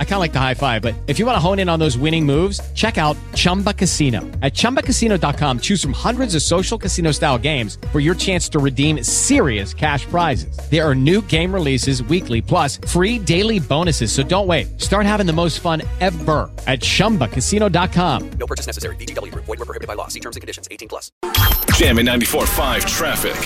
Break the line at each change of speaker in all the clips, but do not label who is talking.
I kind of like the high five, but if you want to hone in on those winning moves, check out Chumba Casino. At chumbacasino.com, choose from hundreds of social casino style games for your chance to redeem serious cash prizes. There are new game releases weekly, plus free daily bonuses. So don't wait. Start having the most fun ever at chumbacasino.com.
No purchase necessary. BGW. Void were prohibited by law. See terms and conditions. 18 plus.
Jamming 94.5 traffic.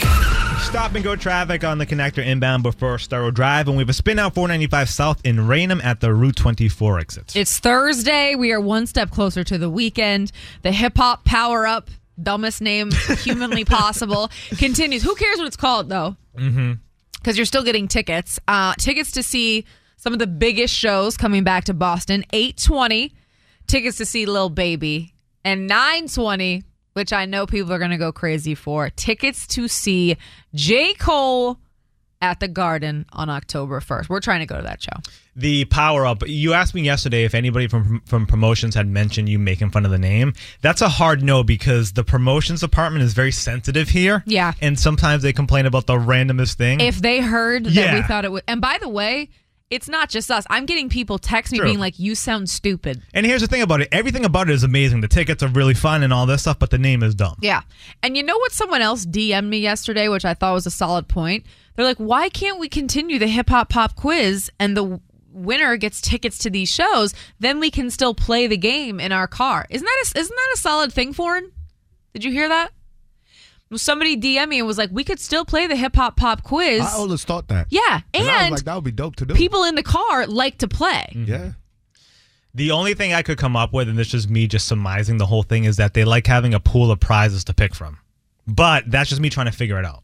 Stop and go traffic on the connector inbound before Starro Drive, and we have a spin out 495 south in Raynham at the Route 24 exit.
It's Thursday. We are one step closer to the weekend. The hip hop power up, dumbest name humanly possible, continues. Who cares what it's called, though? Mm-hmm. Because you're still getting tickets. Uh, tickets to see some of the biggest shows coming back to Boston. 820, tickets to see Lil Baby. And 920, which I know people are going to go crazy for, tickets to see J. Cole at the Garden on October 1st. We're trying to go to that show.
The power up. You asked me yesterday if anybody from from promotions had mentioned you making fun of the name. That's a hard no because the promotions department is very sensitive here.
Yeah.
and sometimes they complain about the randomest thing.
if they heard that we
Yeah.
thought it would. And by the way, it's not just us. I'm getting people text me
True.
being like, "You sound stupid."
and here's the thing about it: everything about it is amazing. The tickets are really fun and all this stuff, but the name is dumb.
Yeah. And you know what? Someone else DM'd me yesterday, which I thought was a solid point. They're like, "Why can't we continue the hip hop pop quiz and the winner gets tickets to these shows? Then we can still play the game in our car." Isn't that a, isn't that a solid thing, Foreign? Did you hear that? Somebody DM me and was like, "We could still play the hip hop pop quiz."
I always thought that.
Yeah,
And I was
and
like, that would be dope to do.
people in the car like to play.
yeah.
Mm-hmm. The only thing I could come up with, and this is me just surmising the whole thing, is that they like having a pool of prizes to pick from. But that's just me trying to figure it out.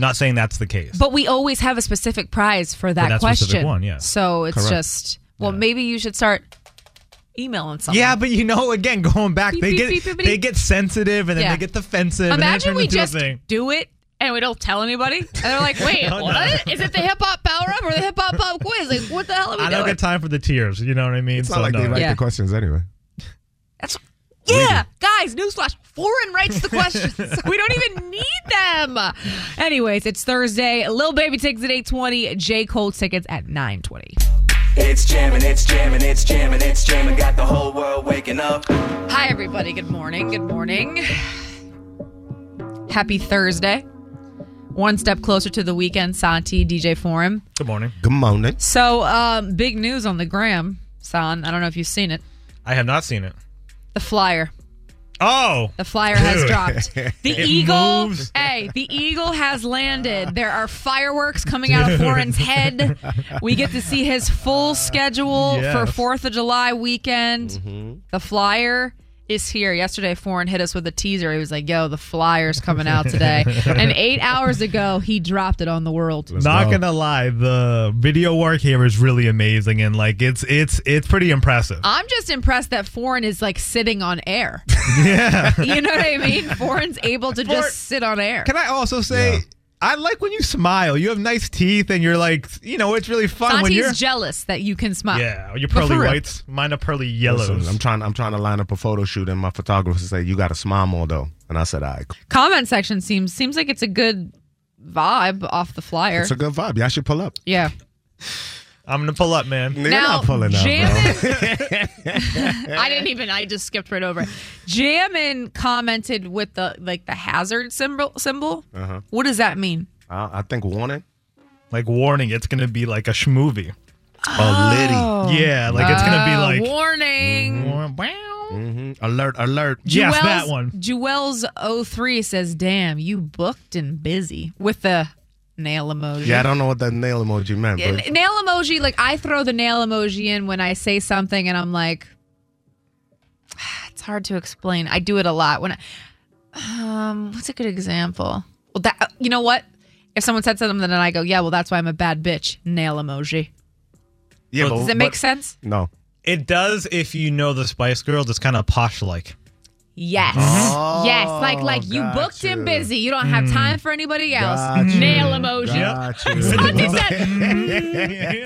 Not saying that's the case.
But we always have a specific prize for that,
that
question.
specific one, yeah.
So it's just well, maybe you should start emailing someone.
yeah, but you know, again, going back,
Beep,
they
beep,
get
beep, beep, beep.
they get sensitive and then
Yeah.
they get defensive. and then it
Imagine
turns
we
into a
just
thing.
do it and we don't tell anybody. And they're like, wait, what? Is it the hip hop power up or the hip hop pop quiz? Like, what the hell are we
I don't
doing?
get time for the tears. You know what I mean?
It's not like they write
Yeah.
the questions anyway.
That's yeah, guys, newsflash. Foreign writes the questions. we don't even need them. Anyways, it's Thursday. Lil Baby tickets at 820. J. Cole tickets at 920.
It's jamming, it's jamming, it's jamming, it's jamming. Got the whole world waking up.
Hi, everybody. Good morning. Good morning. Happy Thursday. One step closer to the weekend, Santi, DJ Forum.
Good morning.
Good morning.
So, um, big news on the gram, San. I don't know if you've seen it.
I have not seen it.
The flyer.
Oh,
The flyer has
Dude.
dropped. The eagle.
moves.
Hey, the eagle has landed. There are fireworks coming out of Warren's head. We get to see his full schedule for
Yes.
Fourth of July weekend.
Mm-hmm.
The flyer is here. Yesterday, Foreign hit us with a teaser. He was like, "Yo, the flyer's coming out today." and eight hours ago, he dropped it on the world.
not
go.
gonna lie, the video work here is really amazing and like it's it's it's pretty impressive.
I'm just impressed that Foreign is like sitting on air. Yeah, you know what I mean. Foreign's able to
Foreign-
just sit on air.
Can I also say?
Yeah.
I like when you smile. You have nice teeth, and you're like, you know, it's really fun when you're.
Santi's jealous that you can smile.
yeah, your
But
pearly
for real.
whites. Mine are pearly
Listen,
yellows.
I'm trying. I'm trying to line up a photo shoot, and my photographer said, "You got to smile more, though." And I said, "All right, cool.
comment section seems seems like it's a good vibe off the flyer.
it's a good vibe. Y'all should pull up."
yeah.
I'm gonna pull up, man.
You're not pulling up, bro.
Jammin- I didn't even. I just skipped right over it. Jammin commented with the like the hazard symbol. Symbol.
Uh-huh.
What does that mean?
Uh, I, I think warning.
Like warning, it's gonna be like a schmovie.
Oh,
Yeah, like it's gonna
Uh,
be like. Mm-hmm.
warning.
Liddy. hmm Alert! Alert!
Yes, that
Oh. Jewel's-
one.
Jewel's 03 says, "Damn, you booked and busy with the nail emoji."
Yeah, I don't know what that nail emoji meant,
N-
but
nail emoji like i throw the nail emoji in when i say something and i'm like it's hard to explain i do it a lot when I, um what's a good example well that you know what if someone said something and i go yeah well that's why i'm a bad bitch nail emoji
yeah,
does it make sense
No.
It does if you know the Spice Girls. It's kind of posh like.
yes yes like like you booked and
gotcha.
busy you don't have time for anybody else nail emoji Santi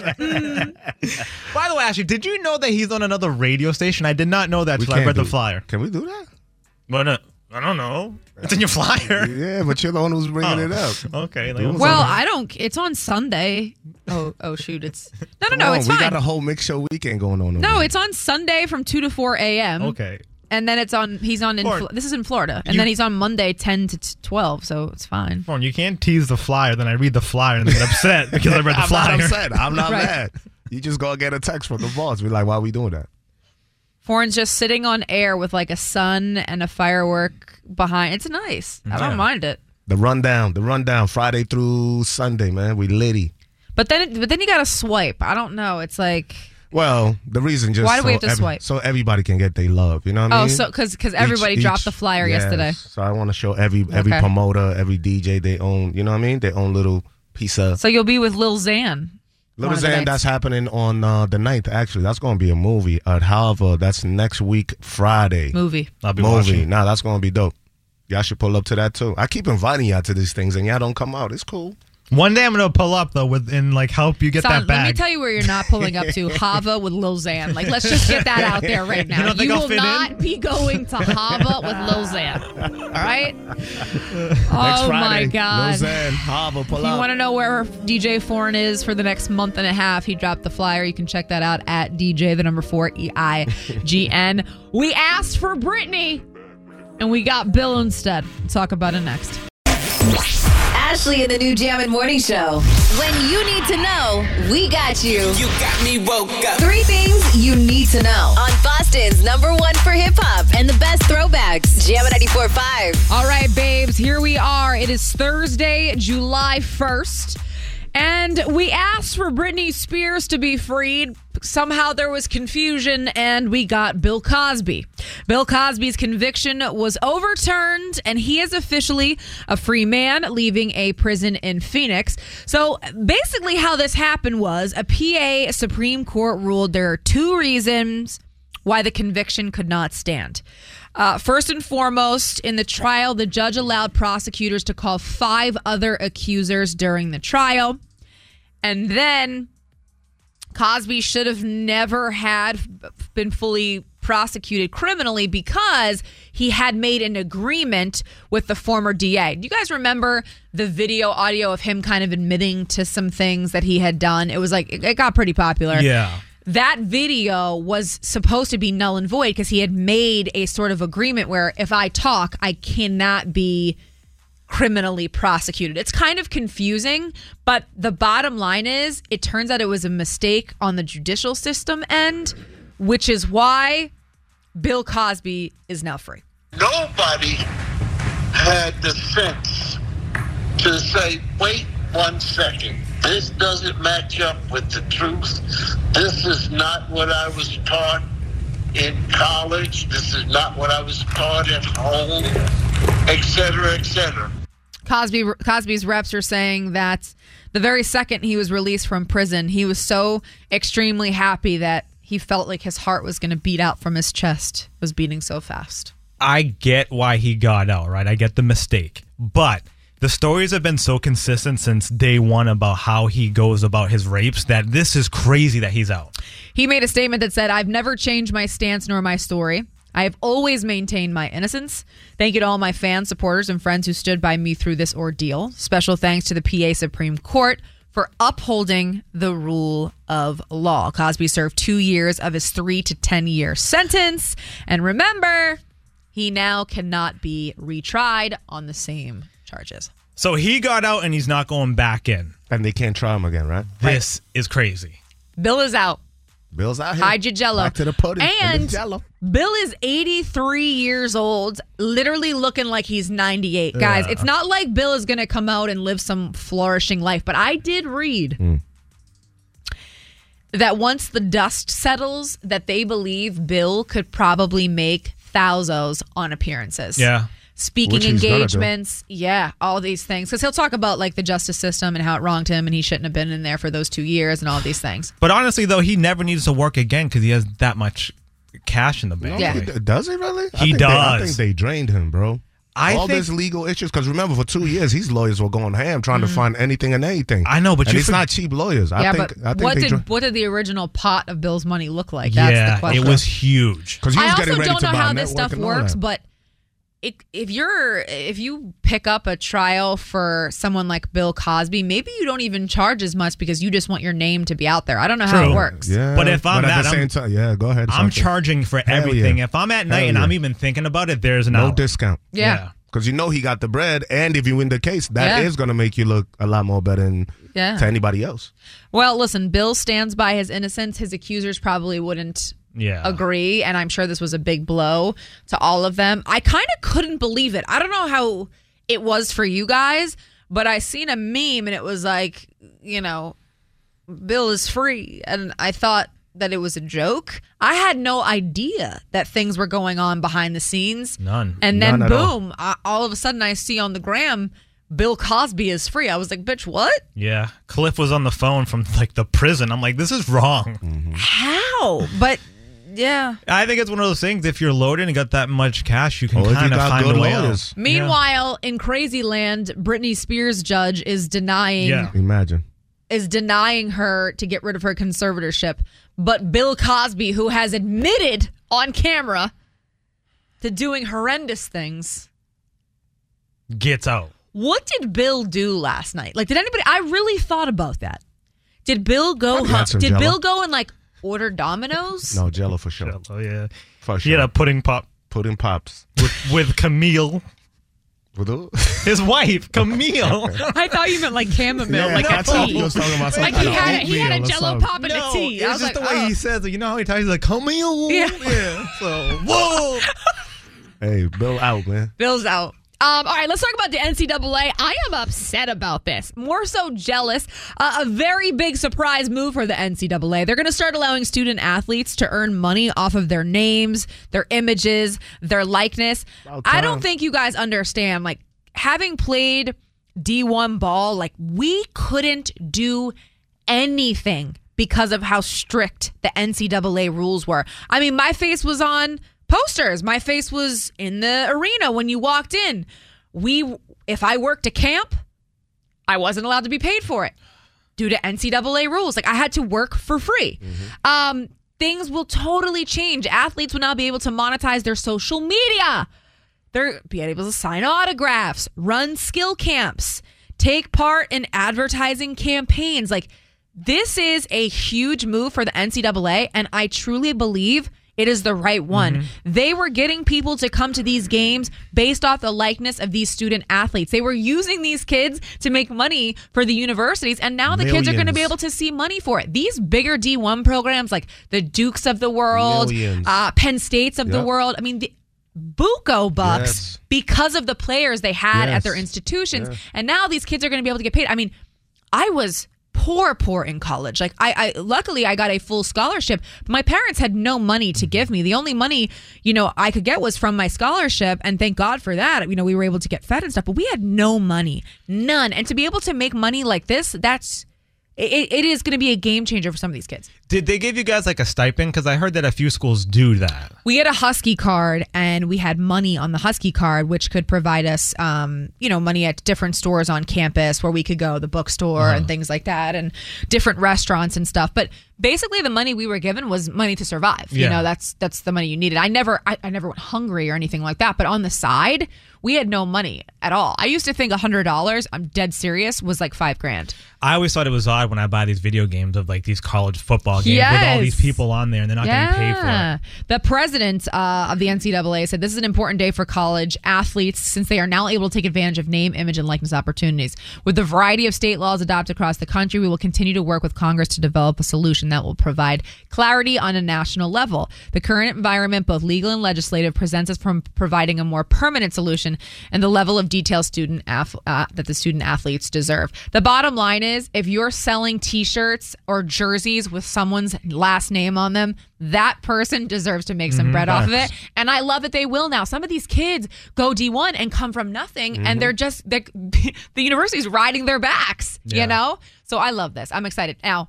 said,
By the way, Ashley, did you know that he's on another radio station? I did not know that till I
can't
read the
do it.
flyer.
Can we do that?
Why not? I don't know. It's in your flyer.
Yeah, but you're the one who's bringing it up.
Oh, Okay. Like,
Well,
Well, I don't. It's on Sunday. Oh, oh shoot! It's no, no,
Come
no.
on,
It's
we
fine.
got a whole mix show weekend going on. Over
No,
here.
it's on Sunday from two to four a.m.
okay.
and then it's on. He's on. In,
Or-
Fl- this is in Florida, and
You-
then he's on Monday ten to t- twelve. So it's fine.
Phone, you can't tease the flyer. Then I read the flyer and then get upset because I read the
I'm
flyer.
not upset. I'm not
Right.
mad. You just go get a text from the boss. Be like, why we doing that?
Foreign's just sitting on air with like a sun and a firework behind. It's nice. I
Yeah.
don't mind it.
The rundown. The rundown. Friday through Sunday, man. We litty.
But then, but then you gotta swipe. I don't know. It's like
Well, the reason just
Why do
so
we have to
every-
swipe?
So everybody can get their love. You know what I
oh,
mean?
so because because everybody
Each-
dropped the
each-
flyer
yes.
yesterday.
So I want to show every every
Okay.
promoter, every DJ, they own. You know what I mean? They own little piece of.
So you'll be with Lil Xan.
Little
of the
Zan,
nights.
that's happening on uh, the 9th, actually. That's going to be a movie. Uh, however, that's next week, Friday.
movie.
I'll be
movie.
watching.
Nah, that's gonna be dope. Y'all should pull up to that too. I keep inviting y'all to these things and y'all don't come out. It's cool.
One day I'm gonna pull up though with and like help you get
Son,
that
let me
bag.
tell you where you're not pulling up to. Hava with Lil Xan. Like, let's just get that out there right now.
don't
You,
think I'll
will
fit
not
in?
be going to Hava with Lil Xan. All right?
Next
oh my
Friday,
God. If
Lozanne, Hava, pull
you
up.
want to know where DJ Foreign is for the next month and a half, he dropped the flyer. You can check that out at DJ, the number four, E I G N. We asked for Britney, and we got Bill instead. Talk about it next.
Ashley in the new Jam and Morning Show. When you need to know, we got you.
You got me woke up.
Three things you need to know on Boston's number one for hip hop and the best throwbacks. Jam at 94.5.
All right, babes, here we are. It is Thursday, July 1st. And we asked for Britney Spears to be freed. Somehow there was confusion, and we got Bill Cosby. Bill Cosby's conviction was overturned, and he is officially a free man, leaving a prison in Phoenix. So basically, how this happened was a PA Supreme Court ruled there are two reasons why the conviction could not stand. Uh, first and foremost, in the trial, the judge allowed prosecutors to call five other accusers during the trial. And then Cosby should have never had been fully prosecuted criminally because he had made an agreement with the former DA. Do you guys remember the video audio of him kind of admitting to some things that he had done? It was like, it it got pretty popular
yeah.
that video was supposed to be null and void because he had made a sort of agreement where if I talk, I cannot be criminally prosecuted. It's kind of confusing, but the bottom line is it turns out it was a mistake on the judicial system end, which is why Bill Cosby is now free.
nobody had the sense to say, wait one second. This doesn't match up with the truth. This is not what I was taught in college. This is not what I was taught at home, et cetera, et cetera.
Cosby Cosby's reps are saying that the very second he was released from prison, he was so extremely happy that he felt like his heart was going to beat out from his chest. It was beating so fast.
I get why he got out, right? I get the mistake. But the stories have been so consistent since day one about how he goes about his rapes that this is crazy that he's out.
He made a statement that said, "I've never changed my stance nor my story. I have always maintained my innocence. Thank you to all my fans, supporters, and friends who stood by me through this ordeal. Special thanks to the PA Supreme Court." For upholding the rule of law. Cosby served two years of his three to 10 year sentence. And remember, he now cannot be retried on the same charges.
So he got out and he's not going back in.
and they can't try him again, right?
This is crazy.
Bill is out.
Bill's out here.
Hide your jello.
Back to the pudding.
And,
the jello.
Bill is 83 years old, literally looking like he's 98. Guys, it's not like Bill is going to come out and live some flourishing life, but I did read
Hmm.
that once the dust settles, that they believe Bill could probably make thousands on appearances
Yeah.
speaking
Which he's gonna do.
engagements, yeah, all these things. Because he'll talk about like the justice system and how it wronged him, and he shouldn't have been in there for those two years and all these things.
But honestly, though, he never needs to work again because he has that much cash in the bank.
Yeah.
He d- Does he really? I
He
think they- I
does.
think they drained him, bro.
I
All
think-
these legal issues, because remember, for two years, his lawyers were going ham trying to find anything and anything.
I know, but
and
you
it's
for-
not cheap lawyers. I
Mm. yeah, but
think. I think
what
they
did
dra-
what did the original pot of Bill's money look like? That's
yeah,
the question.
it was huge.
'cause he was
I
getting
also
ready
don't
to
know
buy
how
a
this
network
stuff
and all
works,
that.
but it, if you're if you pick up a trial for someone like Bill Cosby, maybe you don't even charge as much because you just want your name to be out there. I don't know how
True.
it works.
Yeah,
But if I'm
but at
that,
the
I'm-
same time, yeah, go ahead.
I'm
Sasha.
charging for
yeah.
everything. If I'm at night
Hell
and I'm
yeah.
even thinking about it, there's an
No
hour.
discount.
Yeah.
Because you know he got the bread, and if you win the case, that
Yeah.
is going to make you look a lot more better than
Yeah.
to anybody else.
Well, listen, Bill stands by his innocence. His accusers probably wouldn't
Yeah.
agree, and I'm sure this was a big blow to all of them. I kind of couldn't believe it. I don't know how it was for you guys, but I seen a meme and it was like, you know, Bill is free, and I thought that it was a joke. I had no idea that things were going on behind the scenes.
None.
And then
None at all.
boom, I, all of a sudden I see on the gram Bill Cosby is free. I was like, bitch, what?
Yeah. Cliff was on the phone from like the prison. I'm like, this is wrong.
Mm-hmm.
How? But yeah.
I think it's one of those things. If you're loaded and got that much cash, you can
Or if you
kind of
got
find
good
a way
lawyers.
out.
Meanwhile, in Crazy Land, Britney Spears judge is denying
Yeah.
Imagine.
is denying her to get rid of her conservatorship, but Bill Cosby, who has admitted on camera to doing horrendous things,
Gets out.
what did Bill do last night? Like, did anybody? I really thought about that. Did Bill go?
Probably had
Home,
some
did
Jell-O.
Bill go and like order Domino's?
No, Jello for sure.
Oh yeah.
For
She
sure.
had a pudding pop
Pudding pops.
with, with Camille,
With who?
his wife, Camille.
I thought you meant like chamomile,
Yeah,
like
I
a
thought he
tea.
was talking about some
Like
kind
he
of
had a, he had a
oatmeal or
Jello
something.
pop and a tea. I
it's
was
just
like,
the way
oh.
he says it. You know how he talks? He's like, Camille.
Yeah.
So, whoa.
Hey, Bill out, man.
Bill's out. Um, all right, let's talk about the NCAA. I am upset about this, more so jealous. Uh, a very big surprise move for the NCAA. They're going to start allowing student athletes to earn money off of their names, their images, their likeness.
About
I
time.
don't think you guys understand. Like, having played D1 ball, like, we couldn't do anything because of how strict the NCAA rules were. I mean, my face was on posters, my face was in the arena when you walked in. We, if I worked a camp, I wasn't allowed to be paid for it due to NCAA rules. Like I had to work for free. Um, things will totally change. Athletes will now be able to monetize their social media. They're be able to sign autographs, run skill camps, take part in advertising campaigns. Like this is a huge move for the NCAA, and I truly believe it is the right one.
Mm-hmm.
They were getting people to come to these games based off the likeness of these student athletes. They were using these kids to make money for the universities, and now the kids are going to be
Millions.
able to see money for it. These bigger D1 programs, like the Dukes of the world,
Millions.
uh, Penn States of the
Yep.
world, I mean, the Buco bucks
Yes.
because of the players they had at
Yes.
their institutions. And now these kids are going to be able to get paid. I mean, I was poor, poor in college. Like I, I luckily I got a full scholarship. My parents had no money to give me. The only money, you know, I could get was from my scholarship, and thank God for that. You know, we were able to get fed and stuff, but we had no money, none. And to be able to make money like this, that's it, it is going to be a game changer for some of these kids.
Did they give you guys like a stipend? Because I heard that a few schools do that.
we had a husky card and we had money on the husky card which could provide us um, you know money at different stores on campus where we could go the bookstore and things like that and different restaurants and stuff but basically the money we were given was money to survive you
Yeah.
know that's that's the money you needed i never I, I never went hungry or anything like that but on the side we had no money at all i used to think $100 i'm dead serious was like five grand
I always thought it was odd when I buy these video games of like these college football games with all
Yes.
these people on there and they're not getting paid for it.
The president uh, of the NCAA said this is an important day for college athletes since they are now able to take advantage of name, image, and likeness opportunities. With the variety of state laws adopted across the country, we will continue to work with Congress to develop a solution that will provide clarity on a national level. The current environment, both legal and legislative, presents us from providing a more permanent solution and the level of detail student ath- uh, that the student athletes deserve. The bottom line is, if you're selling T-shirts or jerseys with someone's last name on them, that person deserves to make some bread off of it. And I love that they will now. Some of these kids go D1 and come from nothing, and they're just they the university's riding their backs. You know, so I love this. I'm excited now.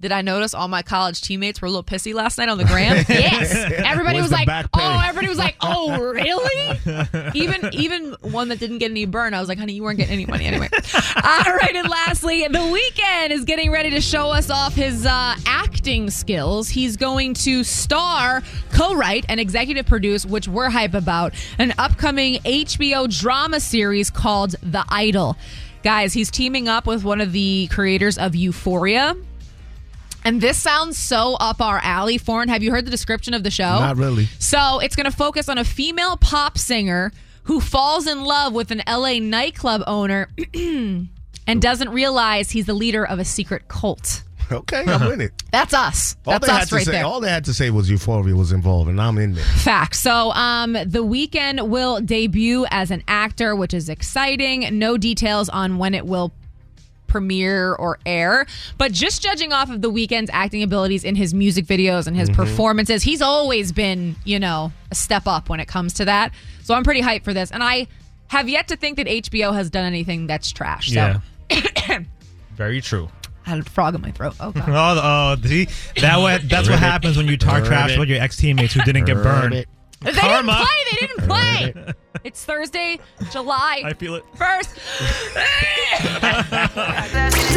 Did I notice all my college teammates were a little pissy last night on the gram? yes. Everybody was
Where's the
like,
back pay?
"Oh, everybody was like, "Oh, really?" even even one that didn't get any burn, I was like, "Honey, you weren't getting any money anyway." all right, and lastly, The Weeknd is getting ready to show us off his uh, acting skills. He's going to star, co-write, and executive produce, which we're hype about, an upcoming HBO drama series called The Idol. Guys, he's teaming up with one of the creators of Euphoria. And this sounds so up our alley. Foreign, have you heard the description of the show?
Not really.
So it's going to focus on a female pop singer who falls in love with an LA nightclub owner and doesn't realize he's the leader of a secret cult.
Okay, I'm in it.
That's us.
All
That's
they had
us
to
right
say,
there.
All they had to say was Euphoria was involved, and I'm in there.
Fact. So, um, the weekend will debut as an actor, which is exciting. No details on when it will premiere or air, but just judging off of the weekend's acting abilities in his music videos and his
Mm-hmm.
Mhm.
performances, he's always been, you know, a step up when it comes to that. So, I'm pretty hyped for this, and I have yet to think that HBO has done anything that's trash. So,
Yeah. Very true.
I had a frog in my throat. Oh God.
Oh, oh see, that what that's what
Ribbit.
happens when you talk trash
Ribbit.
about your ex teammates who didn't get burned.
Ribbit. They didn't play. They didn't play. it's Thursday, July. I
feel it.
First.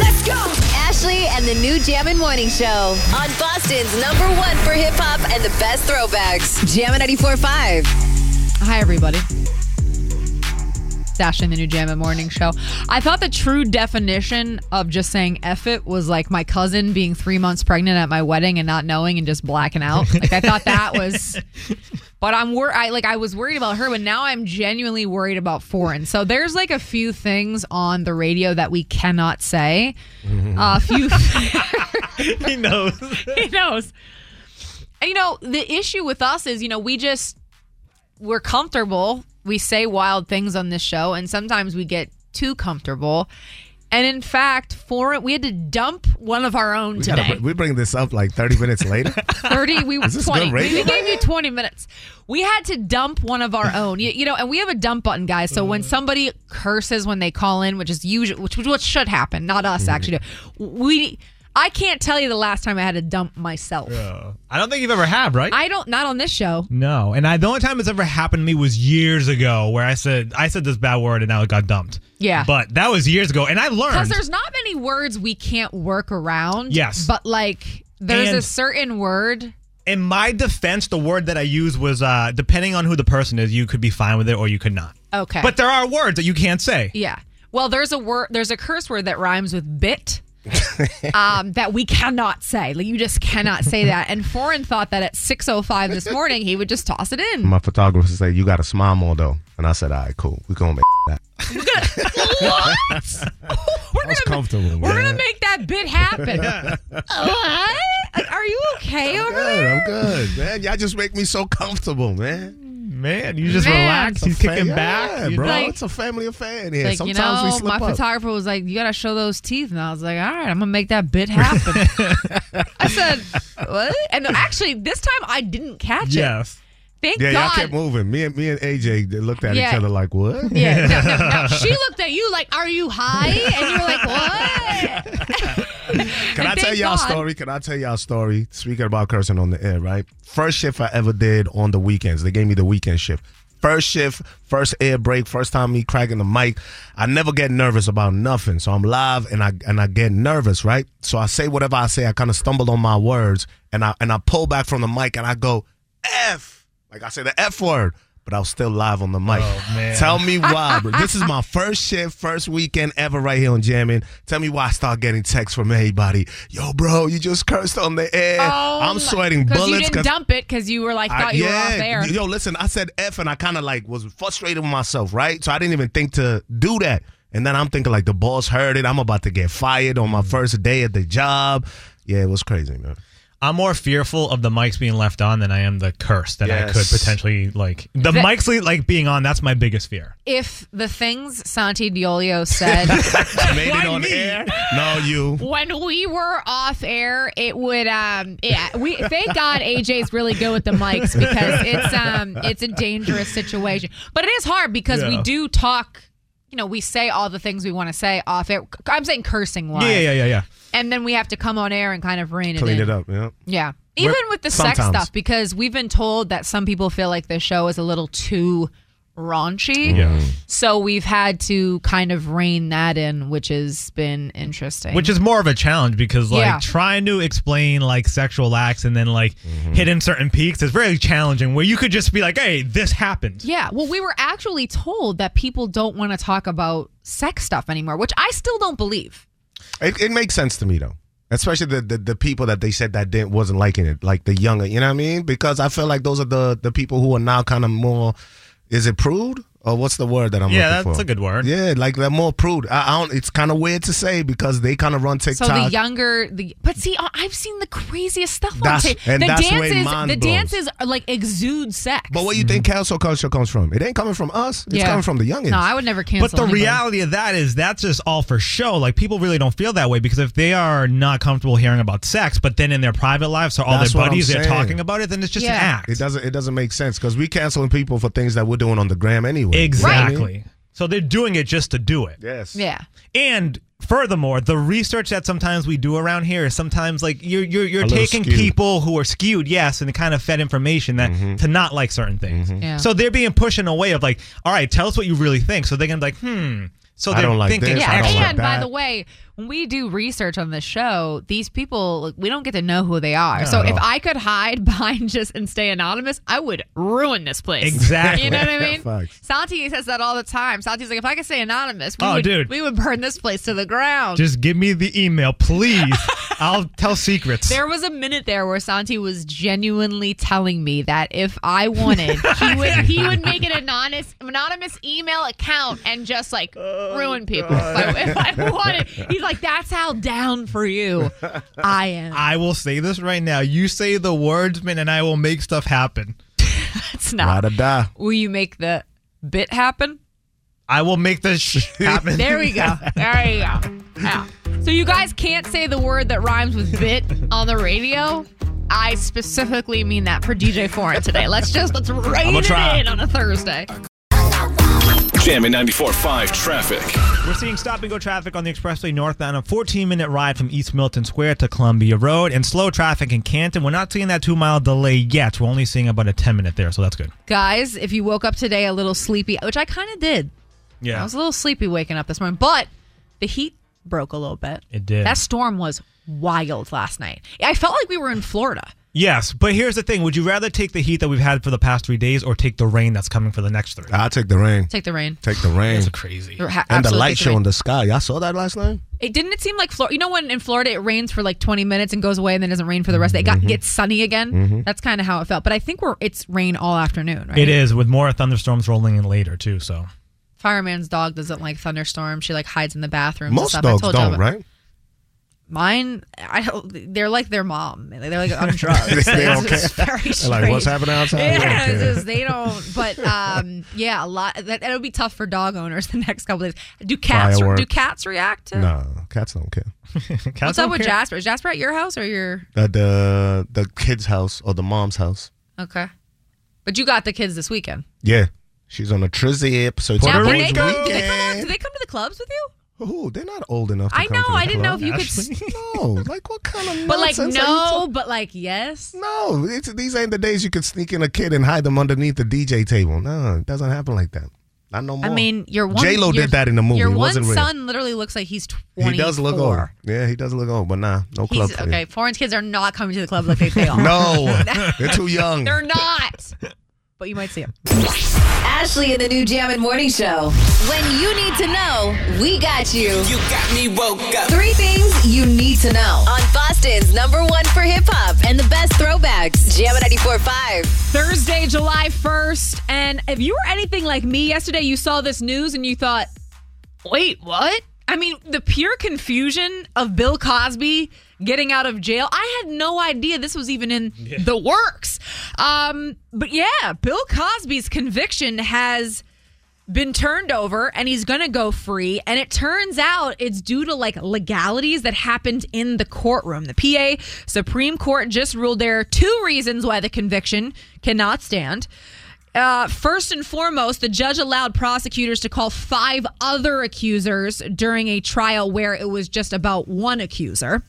Let's go! Ashley and the new Jam and Morning Show on Boston's number one for hip hop and the best throwbacks. Jam 94.5.
Hi, everybody. It's Ashley, the new Jamma Morning Show. I thought the true definition of just saying F it was like my cousin being three months pregnant at my wedding and not knowing and just blacking out. Like, I thought that was. But I'm wor- I like I was worried about her, but now I'm genuinely worried about foreign. So there's like a few things on the radio that we cannot say. A few
Mm-hmm. he knows.
he knows. And you know, the issue with us is, you know, we just we're comfortable. We say wild things on this show, and sometimes we get too comfortable. And in fact, for we had to dump one of our own
We,
today.
gotta, br- we bring this up like 30 minutes later.
30 we were
Is this
20
good
we
radio
gave you 20 minutes we had to dump one of our own you, you know and we have a dump button guys so
Mm.
when somebody curses when they call in which is usual which is what should happen not
Mm-hmm.
us actually we i can't tell you the last time i had to dump myself
I don't think you've ever have, right?
i don't not on this show
no, and I, the only time it's ever happened to me was years ago, where I said I said this bad word and now it got dumped.
Yeah.
but that was years ago, and I
because
learned.
there's not many words we can't work around
Yes.
but like there's a
And-
certain word
In my defense, the word that I used was uh, depending on who the person is, you could be fine with it or you could not.
okay
But there are words that you can't say.
yeah well there's a word there's a curse word that rhymes with bit um, that we cannot say. Like you just cannot say that. And Foreign thought that at six oh five this morning he would just toss it in.
My photographer said, You got to smile more, though. And I said, All right, cool. We're going to make that.
What?
I was comfortable,
We're
man.
gonna make that bit happen. what? Like, are you okay over
Good,
there?
I'm good, man. Y'all just make me so comfortable, man.
Man,
you just Man. relax.
It's a
He's
fa-
kicking
yeah,
back, you
bro.
know?
it's a family affair in here.
Like you
Sometimes
know,
we
my
slip up.
photographer was like, "You gotta show those teeth," and I was like, "All right, I'm gonna make that bit happen." I said, "What?" And actually, this time I didn't catch
Yes.
it. Thank
yeah, y'all
God.
kept moving. Me and me and AJ they looked at
Yeah.
each other like, "What?"
Yeah, no, no, no. She looked at you like, "Are you high?" And you were like, "What?"
Can I
And
tell
thank
y'all a
God.
story? Can I tell y'all a story? Speaking about cursing on the air, right? First shift I ever did on the weekends. They gave me the weekend shift. First shift, first air break, first time me cracking the mic. I never get nervous about nothing. So I'm live and I and I get nervous, right? So I say whatever I say, I kind of stumble on my words and I and I pull back from the mic and I go, F. Like I say the F word, but I was still live on the mic.
man.
Tell me why, bro. This is my first shift, first weekend ever right here on Jamming. Tell me why I start getting texts from everybody. Yo, bro, you just cursed on the air. I'm sweating
Because Oh, you
bullets.
didn't dump it because you were like
I-
thought you were off air.
Yo, listen, I said F and I kind of like was frustrated with myself, right? So I didn't even think to do that. And then I'm thinking like the boss heard it. I'm about to get fired on my first day at the job. Yeah, it was crazy, man.
I'm more fearful of the mics being left on than I am the curse that I could
Yes.
potentially like. The
That-
mics le- like being on, that's my biggest fear.
If the things Santi Diolio said
Made it on air. No, you.
when we were off air, it would um yeah, we thank God AJ's really good with the mics because it's um it's a dangerous situation. But it is hard because we
Yeah.
do talk, you know, we say all the things we want to say off air. I'm saying cursing wise.
Yeah, yeah, yeah, yeah.
And then we have to come on air and kind of rein it
Clean
in.
it up, yeah.
Yeah.
We're-
Even with the sex
sometimes.
stuff, because we've been told that some people feel like the show is a little too raunchy.
Yeah.
So we've had to kind of rein that in, which has been interesting.
Which is more of a challenge because like
Yeah.
trying to explain like sexual acts and then like
Mm-hmm.
hitting certain peaks is very challenging. Where you could just be like, "Hey, this happened."
Yeah. Well, we were actually told that people don't want to talk about sex stuff anymore, which I still don't believe.
It, it makes sense to me though, especially the, the the people that they said that didn't wasn't liking it, like the younger. You know what I mean? Because I feel like those are the the people who are now kind of more. Is it prude or what's the word that I'm
Yeah,
looking for?
that's a good word.
Yeah, like they're more prude. I, I don't. It's kind of weird to say because they kind of run
So
TikTok.
the younger, the but see, I- I've seen the craziest stuff
That's-
on TikTok.
and
The
that's where
dances,
mine
the
blows.
dances are like exude sex.
but where you think cancel culture comes from? It ain't coming from us. It's
Mm-hmm. Yeah.
coming from the youngins.
No, I would never cancel.
But the
anybody.
reality of that is that's just all for show. Like people really don't feel that way because if they are not comfortable hearing about sex, but then in their private lives, so all
That's
their
what I'm
buddies they're
saying.
talking about it, then it's just an act.
It doesn't. It doesn't make sense because we canceling people for things that we're doing on the gram anyway.
Exactly.
You know what I mean?
So they're doing it just to do it.
Yes.
Yeah.
And furthermore, the research that sometimes we do around here is sometimes like you're you're,
A
you're
little
taking
skewed. Mm-hmm.
people who are skewed, yes, and kind of fed information that to not like certain things.
Yeah.
So they're being pushed in a way of like, all right, tell us what you really think. So they're gonna be like, hmm. So
I
they're
don't like
thinking,
this, I
actually-
don't like
And by the way, when we do research on this show, these people like, we don't get to know who they are.
No,
so
no.
if I could hide behind just and stay anonymous, I would ruin this place.
Exactly.
you know what I mean?
Facts.
Santi says that all the time. Santi's like, if I could stay anonymous, we
Oh,
would
dude.
we would burn this place to the ground.
Just give me the email, please. I'll tell secrets.
there was a minute there where Santi was genuinely telling me that if I wanted, he would he would make an anonymous anonymous email account and just like ruin people. If I, if I wanted, he's like, that's how down for you I am.
I will say this right now. You say the words, man, and I will make stuff happen.
That's not.
Da-da-da.
Will you make the bit happen?
I will make this sh- happen.
There we go. There you go. Yeah. So you guys can't say the word that rhymes with bit on the radio. I specifically mean that for DJ Foreign today. Let's just let's rein
I'ma
it
try.
in on a Thursday.
Jam at 94.5 traffic.
We're seeing stop and go traffic on the expressway northbound, a 14 minute ride from East Milton Square to Columbia Road, and slow traffic in Canton. We're not seeing that two mile delay yet. We're only seeing about a 10 minute there, so that's good.
Guys, if you woke up today a little sleepy, which I kind of did. I
Yeah.
was a little sleepy waking up this morning, but the heat broke a little bit.
It did.
That storm was wild last night. I felt like we were in Florida.
Yes, but here's the thing would you rather take the heat that we've had for the past three days or take the rain that's coming for the next three?
I'll take the rain.
Take the rain.
Take the rain.
That's crazy.
Or ha-
and the
absolutely
light
take the
show
rain.
in the sky. Y'all saw that last night?
It didn't it seem like Florida. You know when in Florida it rains for like 20 minutes and goes away and then doesn't rain for the rest. Of it got
Mm-hmm.
gets sunny again.
Mhm.
That's kind of how it felt. But I think we're it's rain all afternoon. Right?
It is, with more thunderstorms rolling in later, too, so.
Fireman's dog doesn't like thunderstorms. She like hides in the bathroom.
Most
and stuff.
dogs
I told y'all
don't,
about-
right?
Mine, I don't, they're like their mom. They're like on drugs.
They don't
It's just
care.
very
They're like,
strange."
"What's happening outside? They don't
Yeah, it's
care.
just, they don't. But um, yeah, a lot. That, it'll be tough for dog owners the next couple days. Do cats?
Fireworks.
Do cats react? To,
No, cats don't care.
What's up with Jasper? Is Jasper at your house or your?
At the the kid's house or the mom's house.
Okay. But you got the kids this weekend.
Yeah, she's on a trip, so it's
Now,
a
do
girls'
they, come, do,
weekend.
they come out, do they come to the clubs with you?
Who? They're not old enough. To
I
come
know,
To the
I didn't know
club.
if you could s-
no, like what kind of
But like
nonsense are you
no, but like yes.
No, it's, these ain't the days you could sneak in a kid and hide them underneath the DJ table. No, it doesn't happen like that. Not no more.
I mean, your one
J Lo
your-
did that in the movie.
Your
it
one
wasn't real.
son literally looks like he's twenty.
He does look old. Yeah, he does look old, but nah, no club.
He's,
For
okay, foreign kids are not coming to the club like they, they are.
No, they're too young.
They're not. But you might see them.
Ashley in the new Jam and Morning Show. When you need to know, we got you. You got me woke up. Three things you need to know on Boston's number one for hip hop and the best throwbacks. Jam 94.5.
Thursday, July 1st. And if you were anything like me yesterday, you saw this news and you thought, wait, what? I mean, the pure confusion of Bill Cosby getting out of jail. I had no idea this was even in the works. Um, but yeah, Bill Cosby's conviction has been turned over and he's going to go free. And it turns out it's due to like legalities that happened in the courtroom. The PA Supreme Court just ruled there are two reasons why the conviction cannot stand. Uh, first and foremost, the judge allowed prosecutors to call five other accusers during a trial where it was just about one accuser.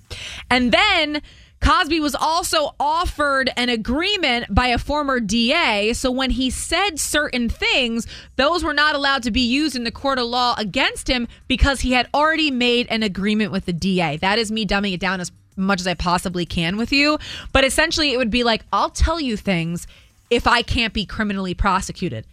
And then Cosby was also offered an agreement by a former DA. So when he said certain things, those were not allowed to be used in the court of law against him because he had already made an agreement with the DA. That is me dumbing it down as much as I possibly can with you. But essentially, it would be like, I'll tell you things if I can't be criminally prosecuted.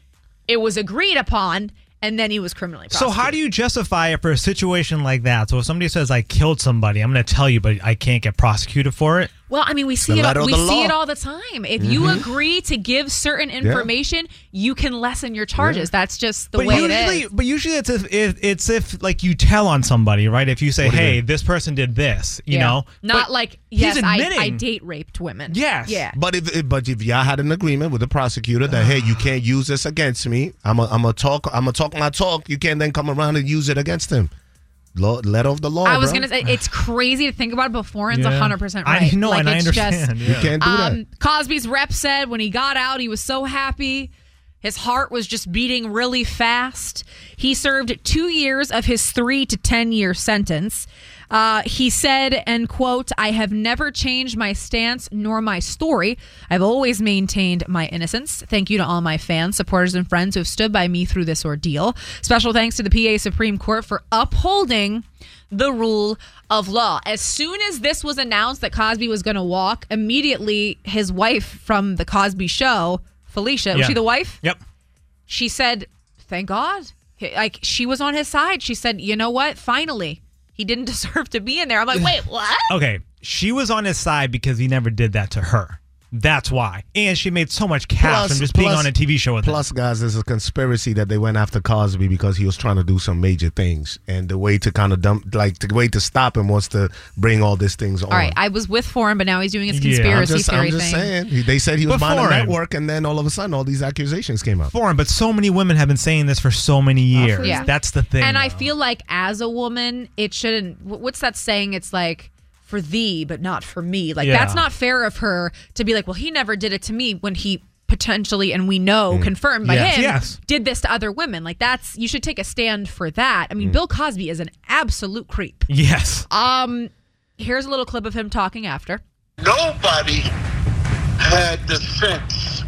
It was agreed upon, and then he was criminally prosecuted.
So how do you justify it for a situation like that? So if somebody says I killed somebody, I'm going to tell you, but I can't get prosecuted for it.
Well, I mean, we
It's
see
the
it.
letter
All,
of
we
the
see
law.
it all the time. If you
Mhm.
agree to give certain information, you can lessen your charges. That's just the
but
way
usually,
it is.
but usually it's if, if it's if like you tell on somebody, right? If you say,
What do you
"Hey,
mean?
this person did this," you
Yeah.
know,
not
But
like
he's
yes, I, I
admitting-
date raped women. yeah.
But if if- but if y'all had an agreement with the prosecutor that hey, you can't use this against me. I'm a I'm a talk. I'm a talk my talk. You can't then come around and use it against him. Law, let off the law.
I was
bro.
gonna say it's crazy to think about. Beforeign's
Yeah.
hundred percent
I
right.
know,
like,
and I
it's
understand,
Just,
yeah. You can't do that.
um, Cosby's rep said when he got out, he was so happy. His heart was just beating really fast. He served two years of his three to ten year sentence. Uh, he said, and quote, "I have never changed my stance nor my story. I've always maintained my innocence. Thank you to all my fans, supporters, and friends who have stood by me through this ordeal. Special thanks to the PA Supreme Court for upholding." the rule of law. As soon as this was announced that Cosby was going to walk, immediately his wife from the Cosby show, Felicia, was
Yeah.
she the wife?
Yep.
She said, "Thank God." He- Like she was on his side. She said, "You know what? Finally, he didn't deserve to be in there." I'm like, "Wait, what?"
okay, she was on his side because he never did that to her. That's why, and she made so much cash
Plus-
from just being
plus-
on a TV show with him.
Plus, guys, there's a conspiracy that they went after Cosby because he was trying to do some major things, and the way to kind of dump, like the way to stop him was to bring all these things on.
All right, I was with Foreign, but now he's doing his
Yeah.
conspiracy
I'm just,
theory
I'm just
thing.
saying. He- They said he was
But
buying a
foreign.
network, and then all of a sudden, all these accusations came up.
Foreign, but so many women have been saying this for so many years.
Yeah.
That's the thing.
And I feel like as a woman, it shouldn't. wh- What's that saying? It's like for thee, but not for me. Like
Yeah.
that's not fair of her to be like, well, he never did it to me when he potentially, and we know
Mm.
confirmed by
Yes,
him,
yes.
did this to other women. Like that's you should take a stand for that. I mean, Bill Cosby is an absolute creep.
Mm. Yes.
Um, here's a little clip of him talking after.
Nobody had the sense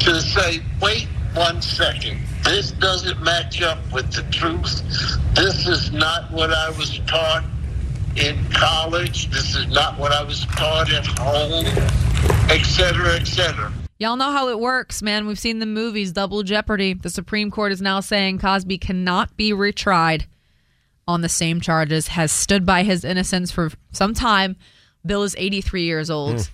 to say, wait one second. This doesn't match up with the truth. This is not what I was taught in college. This is not what I was taught at home, et cetera, et cetera.
Y'all know how it works, man. We've seen the movies, Double Jeopardy. The Supreme Court is now saying Cosby cannot be retried on the same charges, has stood by his innocence for some time. Bill is 83 years old.
Mm.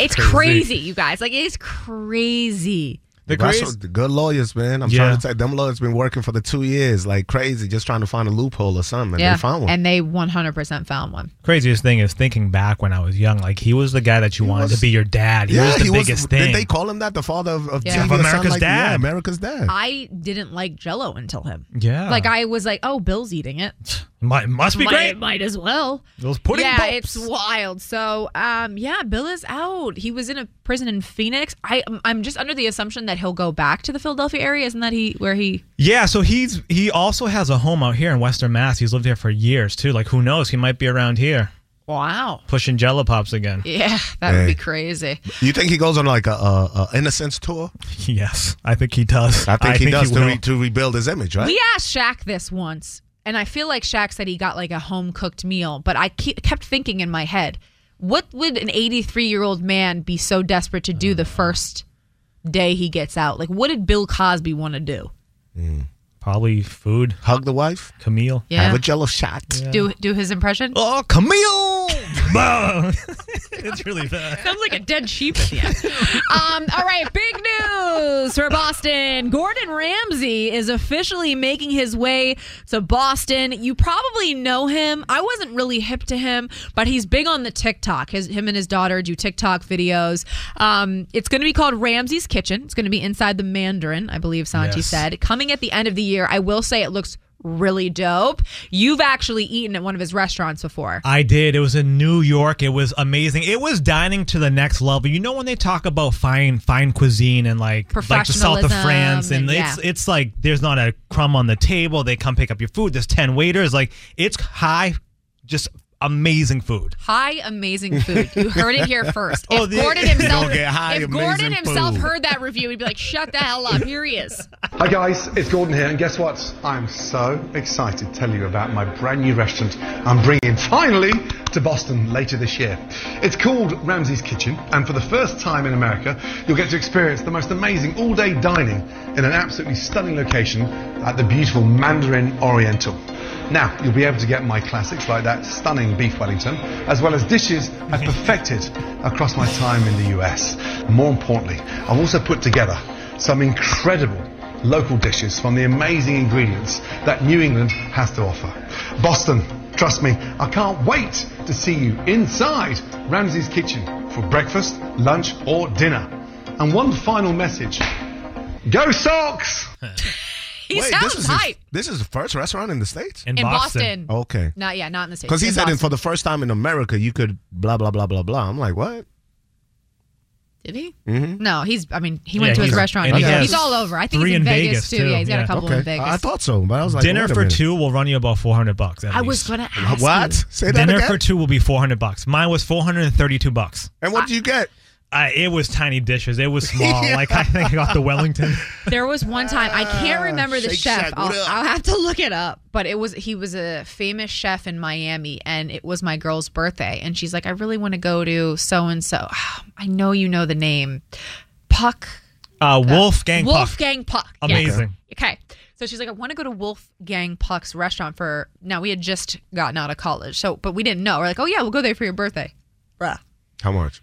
It's crazy. you guys. Like, it is crazy.
The the good lawyers, man. I'm trying to tell them lawyers been working for the two years like crazy, just trying to find a loophole or something. And
yeah.
they found one.
And they 100% found one.
Craziest thing is thinking back when I was young. Like he was the guy that you wanted
was-
to be your dad. He was the biggest thing.
Did they call him that? The father of, of
Yeah.
TV
Of
or something
America's
like that? Yeah,
dad.
America's dad.
I didn't like Jello until him.
yeah.
Like, I was like, oh, Bill's eating it.
Might, must be
might,
great.
Might as well.
Those pudding
yeah,
pops.
it's wild. So, um, yeah, Bill is out. He was in a prison in Phoenix. I, I'm just under the assumption that he'll go back to the Philadelphia area. Isn't that he where he?
Yeah, so he's he also has a home out here in Western Mass. He's lived here for years too. Like who knows? He might be around here
Wow.
pushing jello pops again.
Yeah, that would
Hey.
be crazy.
You think he goes on like a, a, a innocence tour?
Yes, I think he does.
I think
I
he
think
does
he
to,
will.
re- to rebuild his image, right?
We asked Shaq this once, and I feel like Shaq said he got like a home cooked meal, but I ke- kept thinking in my head, what would an 83 year old man be so desperate to do the first day he gets out? Like, what did Bill Cosby want to do?
Probably food.
Hug the wife.
Camille.
Yeah. Have a
jello shot.
Do do his impression?
Oh, Camille! it's really bad.
Sounds like a dead sheep at the end. um, all right, big news for Boston. Gordon Ramsay is officially making his way to Boston. You probably know him. I wasn't really hip to him, but he's big on the TikTok. His him and his daughter do TikTok videos. Um, it's going to be called Ramsay's Kitchen. It's going to be inside the Mandarin, I believe Santi
Yes.
said. Coming at the end of the year, I will say it looks really dope. You've actually eaten at one of his restaurants before.
I did. It was in New York. It was amazing. It was dining to the next level. You know when they talk about fine fine cuisine and like like the south of
Professionalism
France
and-
and, it's
yeah.
it's like there's not a crumb on the table. They come pick up your food. There's 10 waiters. Like it's high just amazing food.
High amazing food. You heard it here first.
Oh,
if
the-
Gordon himself,
Don't get high
if Gordon
amazing
himself
food.
heard that review, he'd be like, "Shut the hell up." Here he is.
Hi guys, it's Gordon here, and guess what? I'm so excited to tell you about my brand new restaurant I'm bringing finally to Boston later this year. It's called Ramsey's Kitchen, and for the first time in America, you'll get to experience the most amazing all day dining in an absolutely stunning location at the beautiful Mandarin Oriental. Now, you'll be able to get my classics like that stunning beef Wellington, as well as dishes I've perfected across my time in the US. More importantly, I've also put together some incredible local dishes from the amazing ingredients that New England has to offer. Boston, trust me, I can't wait to see you inside Ramsey's Kitchen for breakfast, lunch, or dinner. And one final message Go Sox!
He
Wait,
sounds
this is his-
hype.
this is the first restaurant in the states
In In Boston. Boston.
Okay,
Not yeah, not in the states.
because he
in
said in
Boston.
for the first time in America you could blah blah blah blah blah. I'm like, what?
Did he?
Mhm.
No, he's. I mean, he
Yeah,
went to his
he's-
restaurant.
and he
He's,
has
he's all over. I think he's
three
in,
in
Vegas,
Vegas,
too.
too.
Yeah, he's got
Yeah.
a couple
Okay. Uh,
in Vegas.
I thought so, but I was like,
Dinner
wait a
for
minute.
two will run you about 400 bucks. at
I was
least.
gonna ask
What? you. Say that
Dinner
again?
for two will be 400 bucks. Mine was 432 bucks.
And what did you get?
I, it was tiny dishes. It was small. Like I think I got the Wellington.
There was one time I can't remember the
Shake
chef.
Shack,
I'll,
what up?
I'll have to look it up. But it was he was a famous chef in Miami, and it was my girl's birthday, and she's like, "I really want to go to so and so. I know you know the name, Puck
Uh, Wolfgang Puck.
Wolfgang Puck. yeah.
Amazing.
Okay. So she's like, I want to go to Wolfgang Puck's restaurant for. Now we had just gotten out of college, so but we didn't know. We're like, oh yeah, we'll go there for your birthday, bruh.
How much?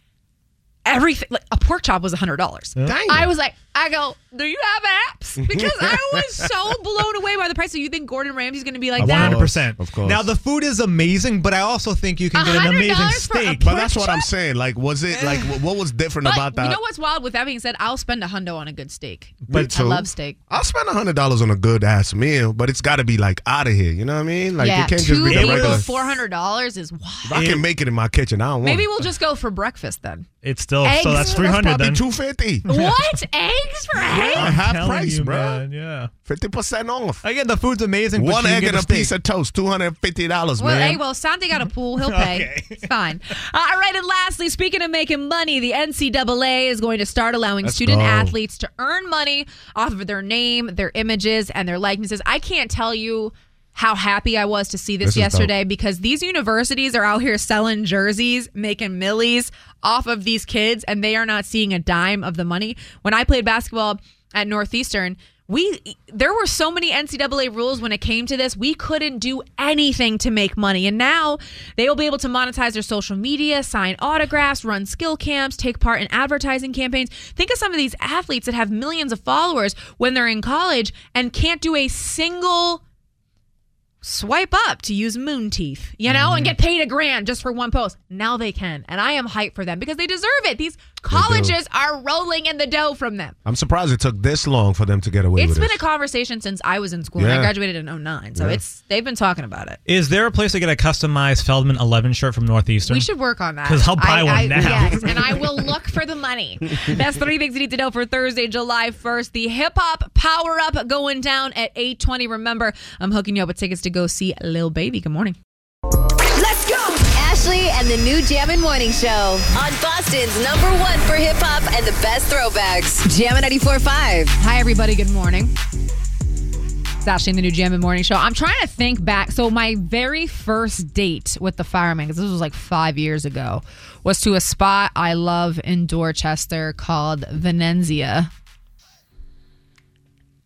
Everything like a pork chop was hundred dollars.
Yeah. Dang.
I was like, I go, do you have apps? Because I was so blown away by the price. So you think Gordon Ramsay's going to be like that?
100%.
Of course.
Now, the food is amazing, but I also think you can get an
$100
amazing
for a
steak.
But that's what I'm saying. Like, was it like wh- what was different
But
about that?
you know what's wild? With that being said, I'll spend a hundo on a good steak.
Me
I
too.
love steak.
I'll spend a hundred dollars on a good ass meal, but it's got to be like out of here. You know what I mean? Like
yeah,
it can't
two
just be the
people,
regular.
four hundred dollars is wild.
If I can make it in my kitchen. I don't want.
Maybe we'll just go for breakfast then.
It's still
Eggs.
so that's
That's
three hundred
probably
then.
250.
What eggs for eggs?
I'm half telling price, you, bro. man,
Yeah,
fifty percent off.
Again, the food's amazing. but
One
you can
egg
get
and
the
a
steak.
piece of toast, two hundred and fifty dollars,
Well, hey,
man.
well, Santi got a pool. He'll pay.
Okay.
It's fine. Uh, All right, and lastly, speaking of making money, the NCAA is going to start allowing
Let's
student
go.
athletes to earn money off of their name, their images, and their likenesses. I can't tell you how happy I was to see
This
this,
is
yesterday because these universities are out here selling jerseys, making millies off of these kids, and they are not seeing a dime of the money. When I played basketball at Northeastern, we there were so many NCAA rules when it came to this. We couldn't do anything to make money, and now they will be able to monetize their social media, sign autographs, run skill camps, take part in advertising campaigns. Think of some of these athletes that have millions of followers when they're in college and can't do a single swipe up to use moon
Mm-hmm.
teeth, you know, and get paid a grand just for one post. Now they can. And I am hyped for them because they deserve it. These Colleges are rolling in the dough from them.
I'm surprised it took this long for them to get away
It's
with
been
it.
a conversation since I was in school. And
Yeah.
I graduated in 09, so
Yeah.
it's they've been talking about it.
Is there a place to get a customized Feldman 11 shirt from Northeastern?
We should work on that.
'Cause I'll buy
I-
one
I-
now.
Yes, and I will look for the money. That's three things you need to know for Thursday, July 1st. The hip hop power up going down at 820. Remember, I'm hooking you up with tickets to go see Lil Baby. Good morning.
Let's go! Ashley and the new Jammin' Morning Show on Boston's number one for hip hop and the best throwbacks. Jammin' 94.5.
Hi, everybody. Good morning. It's Ashley in the new Jam and Morning Show. I'm trying to think back. So my very first date with the fireman, because this was like five years ago, was to a spot I love in Dorchester called Venenzia.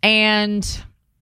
And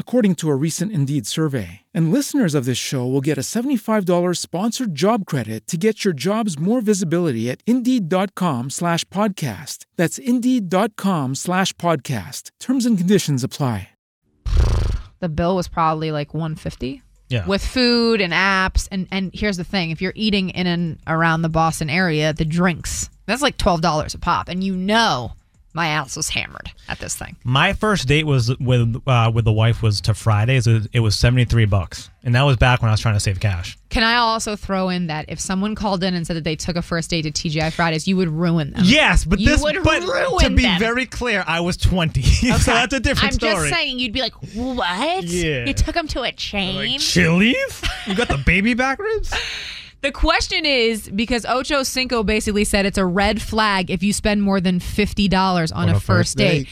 according to a recent Indeed survey. And listeners of this show will get a $75 sponsored job credit to get your jobs more visibility at Indeed.com slash podcast. That's Indeed.com slash podcast. Terms and conditions apply.
the bill was probably like 150
Yeah.
with food and apps and and here's the thing if you're eating in and around the boston area the drinks that's like $12 a pop and you know my ass was hammered at this thing
My first date was with uh, with the wife was to Fridays. It was- It was seventy three bucks, and that was back when I was trying to save cash.
can i also throw in that if someone called in and said that they took a first date to tgi fridays you would ruin them
Yes, but
Oh. you
this-
would
but
ruin
to be
them.
very clear, I was twenty, so that's a different
I'm
story.
just saying, you'd be like, "What?
Yeah.
You took him to a chain?
Chili's? You got the baby back ribs?
The question is because Ocho Cinco basically said it's a red flag if you spend more than fifty dollars on, a, first, date.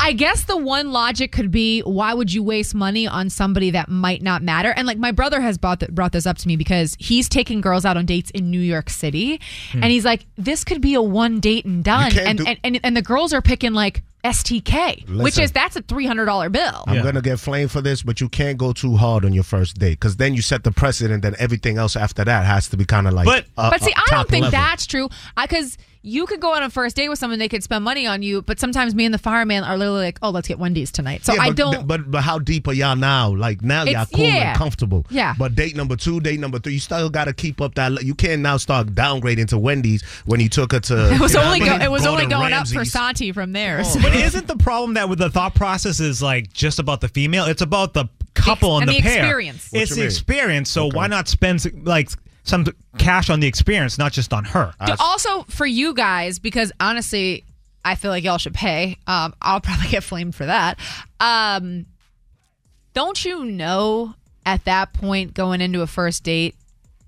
I guess the one logic could be why would you waste money on somebody that might not matter? And like my brother has brought th- brought this up to me because he's taking girls out on dates in New York City,
Hmm.
and he's like, this could be a one date and done,
can't
and,
do-
and and and the girls are picking like STK, which
Listen.
is that's a three hundred dollar bill.
I'm gonna get flamed for this, but you can't go too hard on your first date because then you set the precedent that everything else after that has to be kind of like.
But-
uh,
but see,
uh,
I don't
top
think
level.
that's true. I because you could go on a first date with someone, they could spend money on you, but sometimes me and the fireman are literally like, "Oh, let's get Wendy's tonight." So
Yeah,
I
but,
don't.
But but how deep are y'all now? Like now y'all
It's-
cool
yeah.
and comfortable.
Yeah.
But date number two, date number three, you still got to keep up that. le- You can't now start downgrading to Wendy's when you took her to.
it was
you know
only
what I
go,
mean?
it was only
Gordon
going up for
Ramsay's.
Santi from there.
Oh,
so-
But isn't the problem that with the thought process is like just about the female? It's about the couple
and
and,
the
pair.
experience. What
It's
you
the
mean?
experience. So why not spend like some cash on the experience, not just on her?
D- also for you guys, because honestly, I feel like y'all should pay. Um, I'll probably get flamed for that. Um, don't you know at that point going into a first date,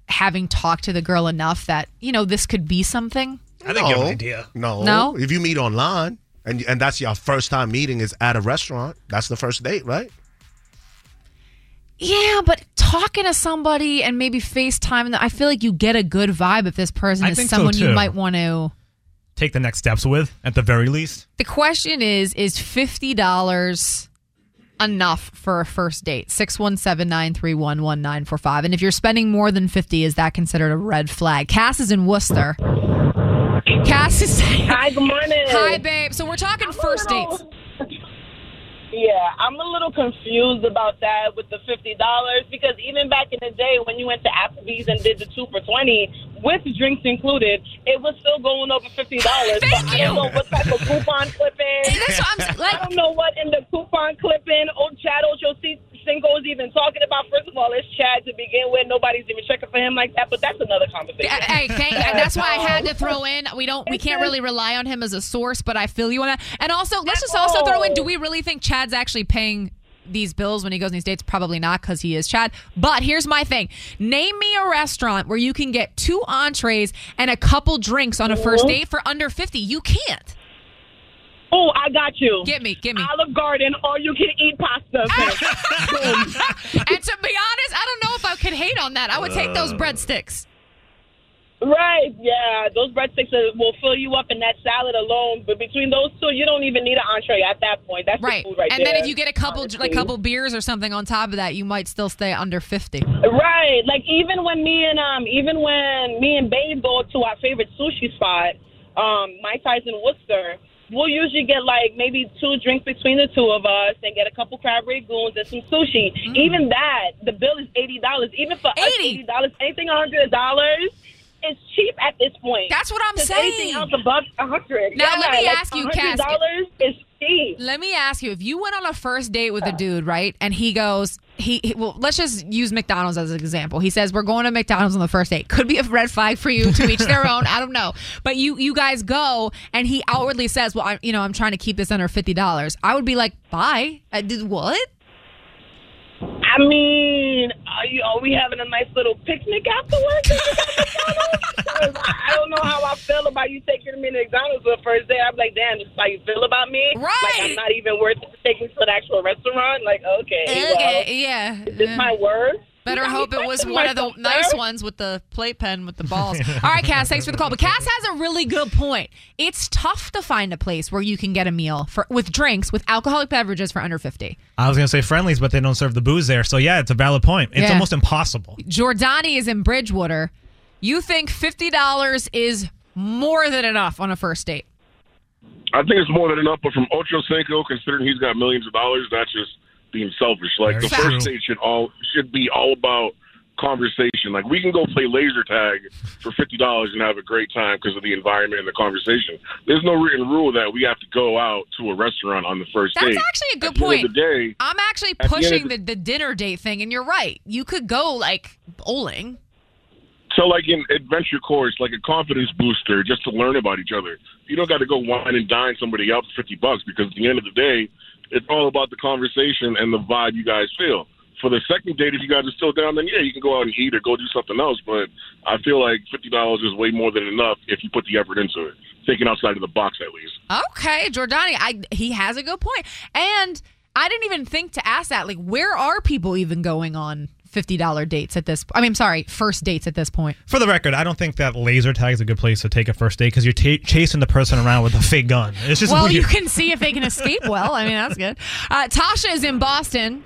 having talked to the girl enough that you know this could be something?
I think no, you have an idea. No.
No?
If you meet online and and that's your first time meeting is at a restaurant, that's the first date, right?
Yeah, but talking to somebody and maybe FaceTime, I feel like you get a good vibe if this person
I
is
think so,
someone you
too.
might want to.
Take the next steps with, at the very least.
The question is is $50 enough for a first date? 617-931-1945. And if you're spending more than 50, is that considered a red flag? Cass is in Worcester. Cass is Hi,
good morning.
Hi, babe. So we're talking first dates.
Yeah, I'm a little confused about that with the fifty dollars because even back in the day when you went to Applebee's and did the two for twenty, with drinks included, it was still going over fifty dollars. Thank I don't know what type of coupon clipping.
That's what I'm saying, like-
I don't know what in the coupon clipping old Chad oh, Ochocinco is even talking about. First of all, it's Chad to begin with. Nobody's even checking for him like that. But that's another conversation.
Hey, thank, that's why I had to throw in. We don't, we can't really rely on him as a source, but I feel you on that. And also, let's just also throw in: Do we really think Chad's actually paying these bills when he goes on these dates? Probably not, because he is Chad. But here's my thing: Name me a restaurant where you can get two entrees and a couple drinks on a first date for under fifty. You can't.
Oh, I got you.
Get me, get me.
Olive Garden, or you can eat pasta.
and to be honest, I don't know if I could hate on that. I would take those
Uh.
breadsticks.
Right, yeah. Those breadsticks are, will fill you up, and that salad alone. But between those two, you don't even need an entree at that point. That's
Right.
the food right
and then
there,
if you get a couple like
honestly.
couple beers or something on top of that, you might still stay under 50.
Right. Like even when me and um even when me and Babe go to our favorite sushi spot, um, Mike Tyson Worcester, we'll usually get like maybe two drinks between the two of us and get a couple crab rangoons and some sushi.
Mm.
Even that, the bill is eighty dollars. Even for us, eighty dollars, anything hundred dollars is cheap at this point.
That's what I'm
'Cause
saying.
Anything else above hundred.
Now let me ask you, Cass.
dollars is cheap.
Let me ask you: If you went on a first date with a dude, right, and he goes, he, he- well, let's just use McDonald's as an example. He says, "We're going to McDonald's on the first date." Could be a red flag for you to each their own. I don't know, but you you guys go, and he outwardly says, "Well, I'm you know I'm trying to keep this under fifty dollars." I would be like, "Bye." I did what?
I mean, are you are we having a nice little picnic afterwards? I don't know how I feel about you taking me to McDonald's for the first day. I'm like, damn, this is how you feel about me. Right. Like I'm not even worth it to take me to the actual restaurant. Like, okay, well,
Okay, yeah.
Is this my word?
Better
You got me
hope it was
questioning
one of the
myself,
nice
sir.
ones with the plate pen with the balls. All right, Cass, thanks for the call. But Cass has a really good point. It's tough to find a place where you can get a meal for with drinks with alcoholic beverages for under fifty.
I was gonna say friendlies, but they don't serve the booze there. So yeah, it's a valid point. It's
Yeah.
almost impossible.
Giordani is in Bridgewater. You think fifty dollars is more than enough on a first date?
I think it's more than enough, but from Ocho Cinco, considering he's got millions of dollars, that's just being selfish. Like the
That's
first date should all should be all about conversation. Like we can go play laser tag for fifty dollars and have a great time because of the environment and the conversation. There's no written rule that we have to go out to a restaurant on the first
That's
date.
actually a good
At the end
point.
of the day,
I'm actually
At the end of
pushing the, the dinner date thing, and you're right. You could go like bowling.
So, like an adventure course, like a confidence booster, just to learn about each other. You don't got to go wine and dine somebody out for fifty bucks because at the end of the day, it's all about the conversation and the vibe you guys feel. For the second date, if you guys are still down, then yeah, you can go out and eat or go do something else. But I feel like fifty dollars is way more than enough if you put the effort into it, thinking outside of the box at least.
Okay, Giordani, I he has a good point. And I didn't even think to ask that. Like, where are people even going on fifty dollar dates at this? I mean, sorry, first dates at this point.
For the record, I don't think that laser tag is a good place to take a first date because you're ta chasing the person around with a fake gun. It's just
well,
weird.
you can see if they can escape. Well, I mean, that's good. Uh, Tasha is in Boston.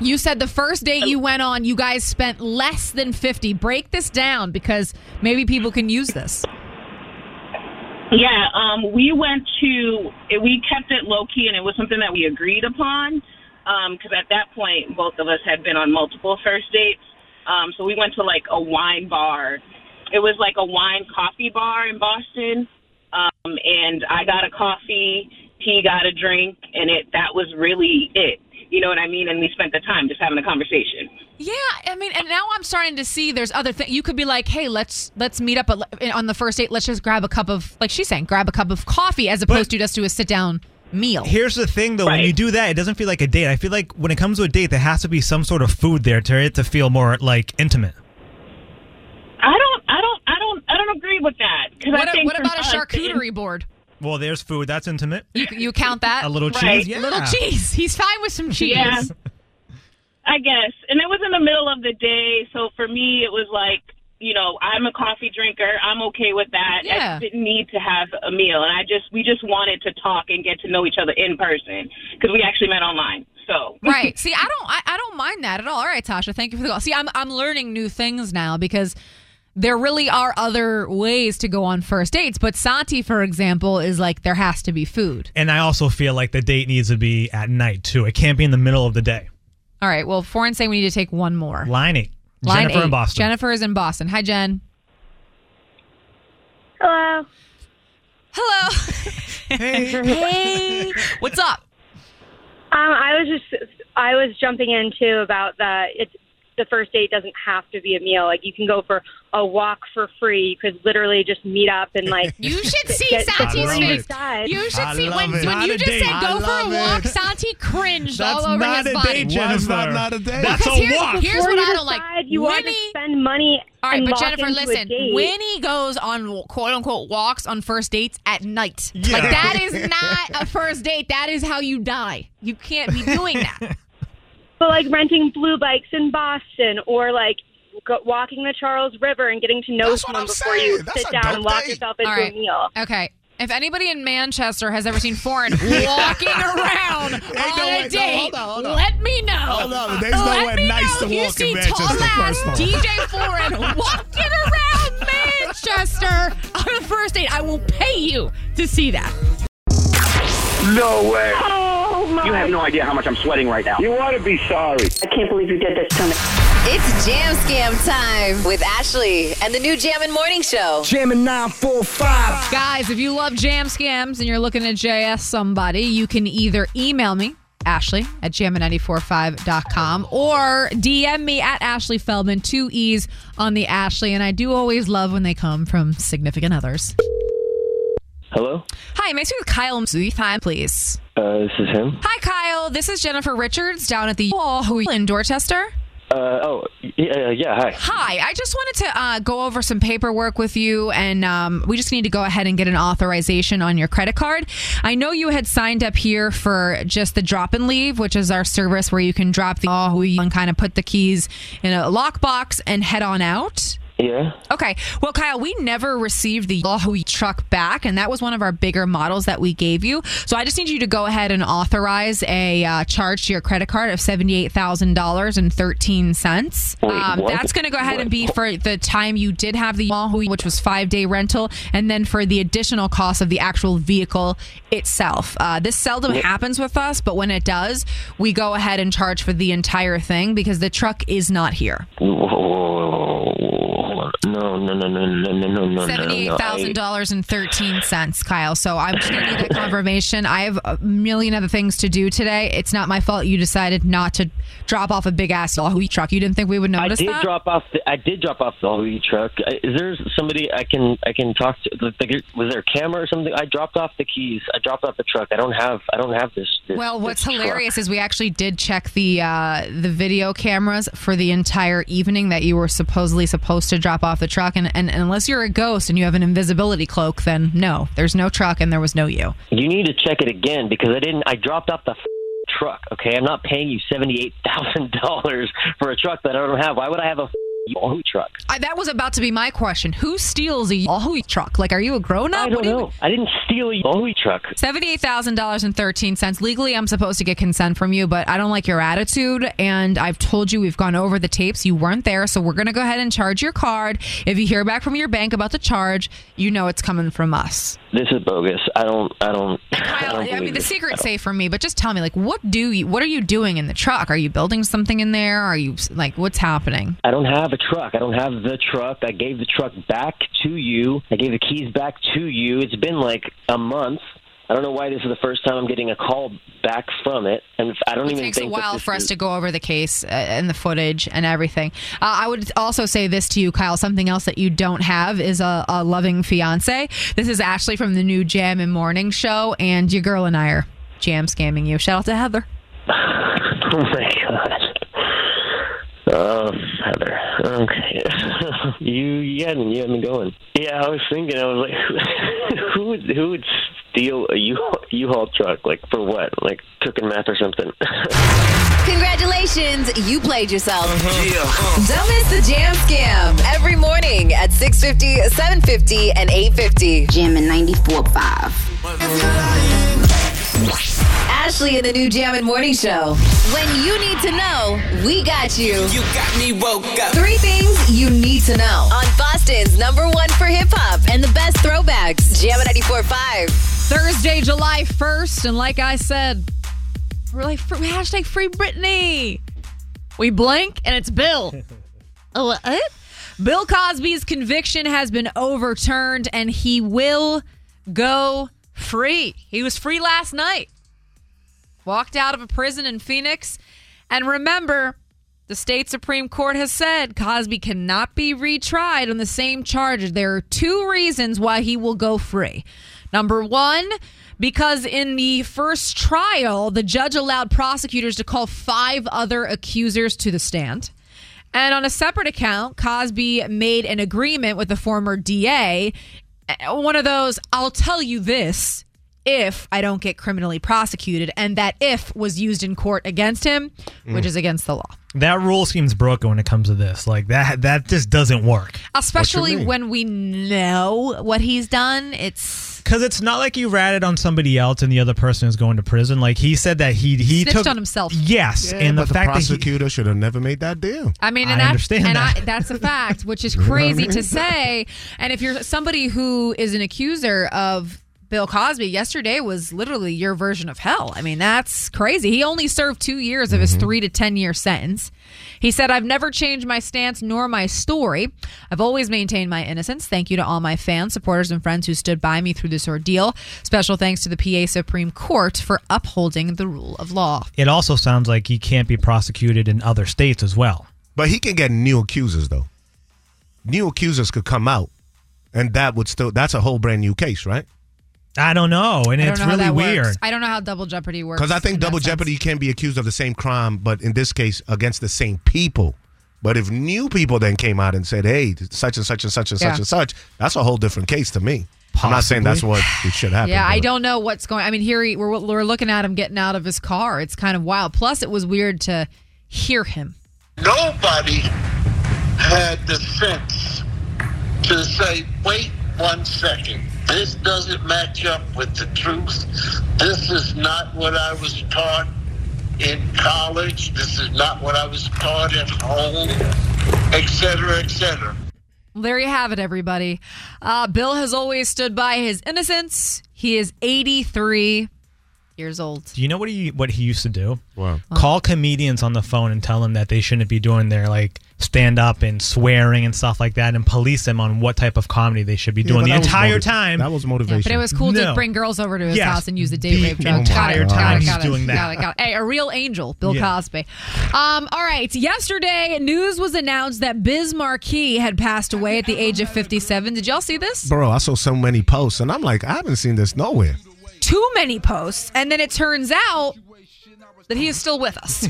You said the first date you went on, you guys spent less than fifty. Break this down because maybe people can use this.
Yeah, um, we went to it- we kept it low key, and it was something that we agreed upon because at that point both of us had been on multiple first dates. Um, so we went to like a wine bar. It was like a wine coffee bar in Boston, um, and I got a coffee, he got a drink, and it that was really it. You know what I mean? And we spent the time just having a conversation.
Yeah, I mean, and now I'm starting to see there's other things. You could be like, hey, let's let's meet up at, on the first date. Let's just grab a cup of, like she's saying, grab a cup of coffee as opposed to just do a sit down meal.
Here's the thing, though. When you do that, it doesn't feel like a date. I feel like when it comes to a date, there has to be some sort of food there to it to feel more like intimate.
I don't, I don't, I don't, I don't agree with that. 'cause I
What, a-
think
what
for
about a
us, it-
charcuterie board?
Well, there's food. That's intimate.
You, you count that?
A little Right. cheese, yeah.
Little cheese. He's fine with some cheese.
Yeah. I guess. And it was in the middle of the day, so for me it was like, you know, I'm a coffee drinker. I'm okay with that.
Yeah.
I didn't need to have a meal, and I just we just wanted to talk and get to know each other in person because we actually met online. So
right. See, I don't I, I don't mind that at all. All right, Tasha, thank you for the call. See, I'm I'm learning new things now because there really are other ways to go on first dates. But Santi, for example, is like there has to be food.
And I also feel like the date needs to be at night too. It can't be in the middle of the day.
All right. Well, Foreign saying we need to take one more.
Line eight.
Line
Jennifer
eight.
in Boston.
Jennifer is in Boston. Hi, Jen. Hello. Hello. Hey.
hey.
What's up?
Um, I was just I was jumping in too about that it's the first date doesn't have to be a meal. Like you can go for a walk for free. You could literally just meet up and like
You should see
get-
Santi's
get
face.
inside.
You should see when, when you just said go for a walk, Santi cringed
That's
all over
not
his
a
body.
date, Why is that Jennifer. not a date? That's
Because
a
here's,
walk.
Here's
Before
what
you
I don't like.
decide you want to spend money
All right,
and
but
lock
Jennifer,
into a
listen.
date.
Winnie goes on quote unquote walks on first dates at night. Like
Yeah.
that is not a first date. That is how you die. You can't be doing that.
But like renting blue bikes in Boston or like go, walking the Charles River and getting to know someone before you sit down and lock yourself into
All right.
a meal.
Okay. If anybody in Manchester has ever seen foreign walking around on
no
a
way- no,
date,
hold on, hold on.
let me know.
Hold on, there's
no
Let
way
me
nice
know
to
if you
walk in
see
Manchester,
Tall ass
first of all.
DJ foreign walking around Manchester on a first date. I will pay you to see that.
No way.
Oh my.
You have no idea how much I'm sweating right now. You want to be sorry. I can't believe you did this to me.
It's Jam Scam time with Ashley and the new Jam and Morning Show.
Jamming 945. Guys, if you love jam scams and you're looking to JS somebody, you can either email me, Ashley at jammin945.com, or DM me at Ashley Feldman, two E's on the Ashley. And I do always love when they come from significant others.
Hello?
Hi, may I speak with Kyle Zuithan, please?
Uh, this is him.
Hi, Kyle. This is Jennifer Richards down at the Wall who in Dorchester.
Uh, oh, yeah, yeah, hi.
Hi, I just wanted to uh, go over some paperwork with you, and um, we just need to go ahead and get an authorization on your credit card. I know you had signed up here for just the drop and leave, which is our service where you can drop the all and kind of put the keys in a lockbox and head on out.
Yeah?
Okay. Well, Kyle, we never received the Yahoo truck back, and that was one of our bigger models that we gave you. So I just need you to go ahead and authorize a uh, charge to your credit card of seventy-eight thousand dollars and thirteen cents. Um,
Wait, what?
that's going to go ahead and be for the time you did have the Yahoo, which was five-day rental, and then for the additional cost of the actual vehicle itself. Uh, this seldom
Wait.
happens with us, but when it does, we go ahead and charge for the entire thing because the truck is not here.
Whoa, whoa, whoa, whoa, whoa, whoa. No, no, no, no, no, no, no, no,
Seventy-eight
no, no.
thousand dollars and thirteen cents, Kyle. So I'm just gonna need that confirmation. I have a million other things to do today. It's not my fault you decided not to drop off a big ass Yahoo truck. You didn't think we would
I, I
notice
did
that?
drop off. The, I did drop off the Hobie truck. I, is there somebody I can I can talk to? Like, like, was there a camera or something? I dropped off the keys. I dropped off the truck. I don't have. I don't have this. this
well, what's
this
hilarious is we actually did check the uh, the video cameras for the entire evening that you were supposedly supposed to drop off the truck, and, and unless you're a ghost and you have an invisibility cloak, then no, there's no truck and there was no you.
Truck. You need to check it again because I didn't. I dropped off the f- truck. Okay, I'm not paying you seventy eight thousand dollars for a truck that I don't have. Why would I have a f- Yahoo truck?
I, that was about to be my question. Who steals a Yahoo truck? Like, are you a grown up? I don't know.
I didn't steal a Yahoo truck.
Seventy-eight thousand dollars and thirteen cents. Legally, I'm supposed to get consent from you, but I don't like your attitude. And I've told you we've gone over the tapes. You weren't there, so we're gonna go ahead and charge your card. If you hear back from your bank about the charge, you know it's coming from us.
This is bogus. I don't. I don't. I, don't
I
believe
mean, the
this.
secret's safe from me, but just tell me, like, what do you? What are you doing in the truck? Are you building something in there? Are you like, what's happening?
I don't have a truck. I don't have the truck. I gave the truck back to you. I gave the keys back to you. It's been like a month. I don't know why this is the first time I'm getting a call back from it, and I don't
it
even
takes a
think that
while
this
for us
is-
to go over the case uh, and the footage and everything. Uh, I would also say this to you, Kyle. Something else that you don't have is a, a loving fiance. This is Ashley from the new Jam and Morning Show, and your girl and I are jam scamming you. Shout out to Heather.
Oh my god. Oh, Heather. Okay. you you had me, you had me going. Yeah, I was thinking. I was like, who would who would steal a U U-Haul truck? Like for what? Like cook and math or something?
Congratulations, you played yourself. Don't miss the Jam Scam every morning at 6.50, 7.50, and 8.50. Jam and 94.5. Ashley and the new Jam and Morning Show. When you need to know, we got you. You got me woke up. Three things you need to know on Boston's number one for hip hop and the best throwbacks. Jam and 94.5.
Thursday, July 1st. And like I said, we're like, fr- hashtag free Britney. We blink and it's Bill. oh, what? Bill Cosby's conviction has been overturned and he will go free. He was free last night, walked out of a prison in Phoenix. And remember, the state Supreme Court has said Cosby cannot be retried on the same charges. There are two reasons why he will go free. Number one, because in the first trial, the judge allowed prosecutors to call five other accusers to the stand. And on a separate account, Cosby made an agreement with the former DA, uh, one of those, I'll tell you this if I don't get criminally prosecuted. And that if was used in court against him, which
Mm.
is against the law.
That rule seems broken when it comes to this. Like that that just doesn't work.
Especially
mean?
when we know what he's done. It's
Because it's not like you ratted on somebody else and the other person is going to prison. Like he said that he he
snitched
took
on himself.
Yes,
Yeah,
and the
but
fact
the
that he-
prosecutor should have never made that deal.
I mean,
I
and, that-
understand
and
that.
I, that's a fact, which is
You know what I
crazy
mean?
to say. And if you're somebody who is an accuser of Bill Cosby, yesterday was literally your version of hell. I mean, that's crazy. He only served two years of his
Mm-hmm.
three to 10 year sentence. He said, I've never changed my stance nor my story. I've always maintained my innocence. Thank you to all my fans, supporters, and friends who stood by me through this ordeal. Special thanks to the PA Supreme Court for upholding the rule of law.
it also sounds like he can't be prosecuted in other states as well.
But he can get new accusers though. New accusers could come out, and that would still that's a whole brand new case, right?
I don't know, and
I don't know how that works. I don't know how double jeopardy works.
Because I think
in that
double
sense.
jeopardy you can be accused of the same crime, but in this case against the same people. But if new people then came out and said, "Hey, such and such and such and
Yeah.
such and such," that's a whole different case to me. I'm not saying that's what it should happen.
Yeah, I
but-
don't know what's going. I mean, here he, we're we're looking at him getting out of his car. It's kind of wild. Plus, it was weird to hear him.
Nobody had the sense to say, wait one second. This doesn't match up with the truth. This is not what I was taught in college. This is not what I was taught at home, et cetera, et cetera.
Well, There you have it, everybody. Uh, Bill has always stood by his innocence. He is 83 years old.
Do you know what he what he used to do? Call comedians on the phone and tell them that they shouldn't be doing their like stand up and swearing and stuff like that, and police them on what type of comedy they should be
Yeah,
doing
but
the
that was
entire
motiv-
time.
That was motivation.
But it was cool to
No.
bring girls over to his
Yes.
house and use the date
The
rape joke. got
entire
it,
time
got it,
he's
got it,
doing that.
Got it, got it. Hey, a real angel, Bill
Yeah.
Cosby. Um, all right. Yesterday, news was announced that Biz Marquis had passed away at the age of 57. Did y'all see this?
Bro, I saw so many posts, and I'm like, I haven't seen this nowhere.
Too many posts, and then it turns out that he is still with us.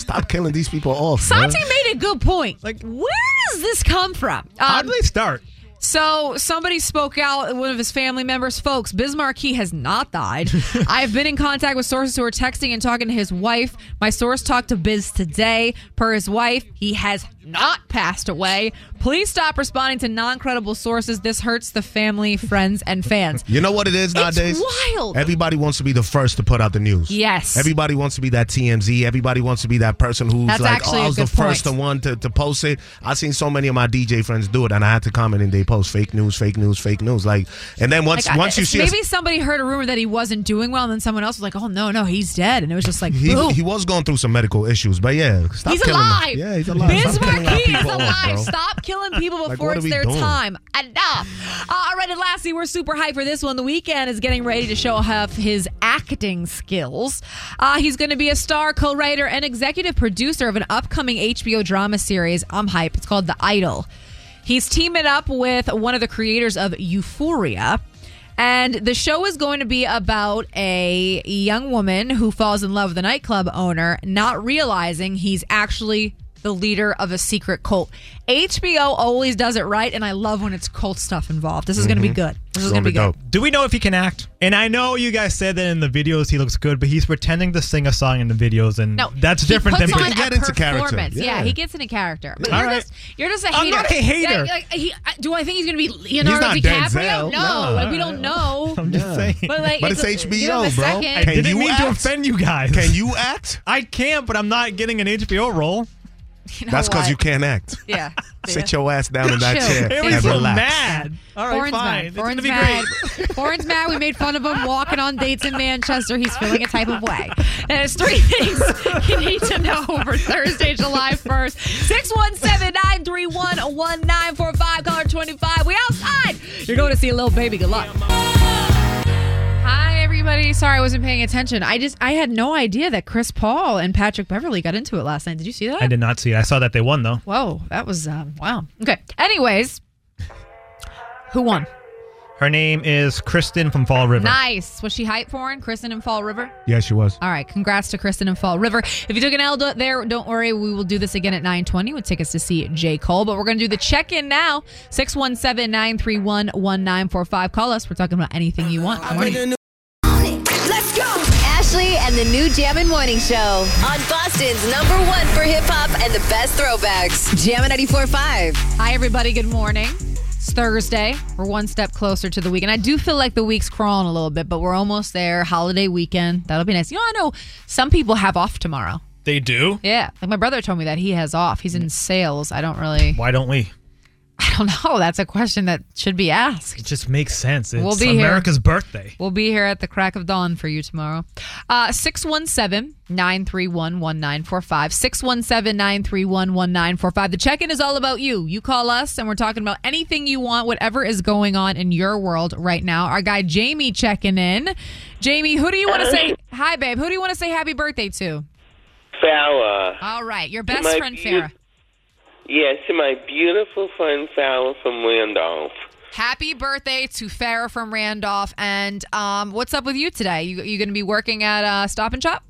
Stop killing these people off.
Santi
man.
made a good point. Like, where does this come from? How did
they start?
So somebody spoke out. One of his family members, folks, Bismarcky has not died. I've been in contact with sources who are texting and talking to his wife. My source talked to Biz today. Per his wife, he has not passed away. Please stop responding to non-credible sources. This hurts the family, friends, and fans.
You know what it is nowadays?
wild.
Everybody wants to be the first to put out the news.
Yes.
Everybody wants to be that TMZ. Everybody wants to be that person who's
That's
like,
actually
oh, I
a
was the
good
first to one to, to post it. I've seen so many of my DJ friends do it, and I had to comment and they post fake news, fake news, fake news. Like, and then once
Like, I-
once you see, a-
maybe somebody heard a rumor that he wasn't doing well, and then someone else was like, "Oh no, no, he's dead," and it was just like,
he,
"Boo."
he was going through some medical issues, but yeah, stop
he's
killing them.
alive.
Yeah, he's alive.
Biz
Stop killing our
Marquis is
people off,
alive.
bro.
Stop killing people
Like,
before
what are
it's
we
their
doing?
time. Enough. Uh, all right, and lastly, we're super hyped for this one. The weekend is getting ready to show off his acting skills. Uh, he's going to be a star, co-writer, and executive producer of an upcoming HBO drama series. I'm hype. It's called The Idol. He's teaming up with one of the creators of Euphoria. And the show is going to be about a young woman who falls in love with a nightclub owner, not realizing he's actually the leader of a secret cult. HBO always does it right, and I love when it's cult stuff involved. This is going to be
Mhm.
good. This is going to Mm-hmm. be good.
Do we know if he can act? And I know you guys said that in the videos he looks good, but he's pretending to sing a song in the videos, and
No,
that's
he
different
puts
than
on a performance. Yeah. he gets in a character. But
All
you're,
right.
just, you're just a
I'm
hater.
not a hater.
Yeah, like, he- I- do I think he's going to be Leonardo
not
DiCaprio?
Denzel.
No,
No.
like, we don't know.
I'm just saying.
But, like, But it's it's a- HBO, give him a bro. second.
I
Can
didn't
you
mean to
act?
offend you guys.
Can you act?
I can't, but I'm not getting an HBO role.
You know
That's because
what?
you can't act.
Yeah.
Sit your ass down in that
Chill.
chair
It was
and
so
relax.
mad. All right,
Foreign's
fine.
mad.
It's
Foreign's
gonna be
mad. Foreign's mad. We made fun of him walking on dates in Manchester. He's feeling a type of way. And it's three things you need to know over Thursday, July 1st. 617 931 1945, color 25. We outside. You're going to see a little baby. Good luck. Hi, everybody. Sorry I wasn't paying attention. I just, I had no idea that Chris Paul and Patrick Beverly got into it last night. Did you see that?
I did not see it. I saw that they won though.
Whoa, that was, um, wow. Okay. Anyways, who won?
Her name is Kristen from Fall River.
Nice. Was she hype for in Kristen and Fall River?
Yeah, she was.
All right, congrats to Kristen and Fall River. If you took an L do- there, don't worry. We will do this again at 920 with tickets to see J. Cole. But we're going to do the check-in now. 617-931-1945. Call us. We're talking about anything you want. Good morning.
Let's go! Ashley and the new Jam and Morning Show on Boston's number one for hip hop and the best throwbacks. Jam 94.5.
Hi, everybody. Good morning. It's Thursday. We're one step closer to the weekend. I do feel like the week's crawling a little bit, but we're almost there. Holiday weekend. That'll be nice. You know, I know some people have off tomorrow.
They do.
Yeah. Like my brother told me that he has off. He's in sales. I don't really,
Why don't we?
I don't know. That's a question that should be asked.
It just makes sense. It's
We'll be here.
America's birthday.
We'll be here at the crack of dawn for you tomorrow. Uh, 617 931 1945. 617 931 1945. The check in is all about you. You call us, and we're talking about anything you want, whatever is going on in your world right now. Our guy Jamie checking in. Jamie, who do you want to say hi, babe? Who do you want to say happy birthday to?
Fowler.
All right, your
To
best
my
friend,
beau-
Farah.
Yes, to my beautiful friend Fowler from Randolph.
Happy birthday to Farah from Randolph. And um, what's up with you today? You, you going to be working at uh, Stop and Shop?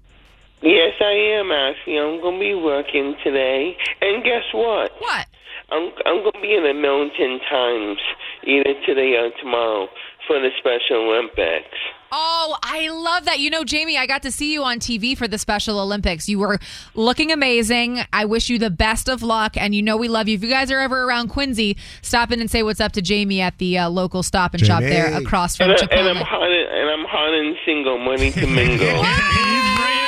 Yes, I am, Ashley. I'm going to be working today. And guess what?
What?
I'm, I'm going to be in the Milton Times either today or tomorrow for the Special Olympics.
Oh, I love that. You know, Jamie, I got to see you on TV for the Special Olympics. You were looking amazing. I wish you the best of luck. And you know, we love you. If you guys are ever around Quincy, stop in and say what's up to Jamie at the uh, local stop and shop there
Jamie.
across from
And, I, and I'm
Chipotle.
hot and, and I'm hot and single, money to mingle.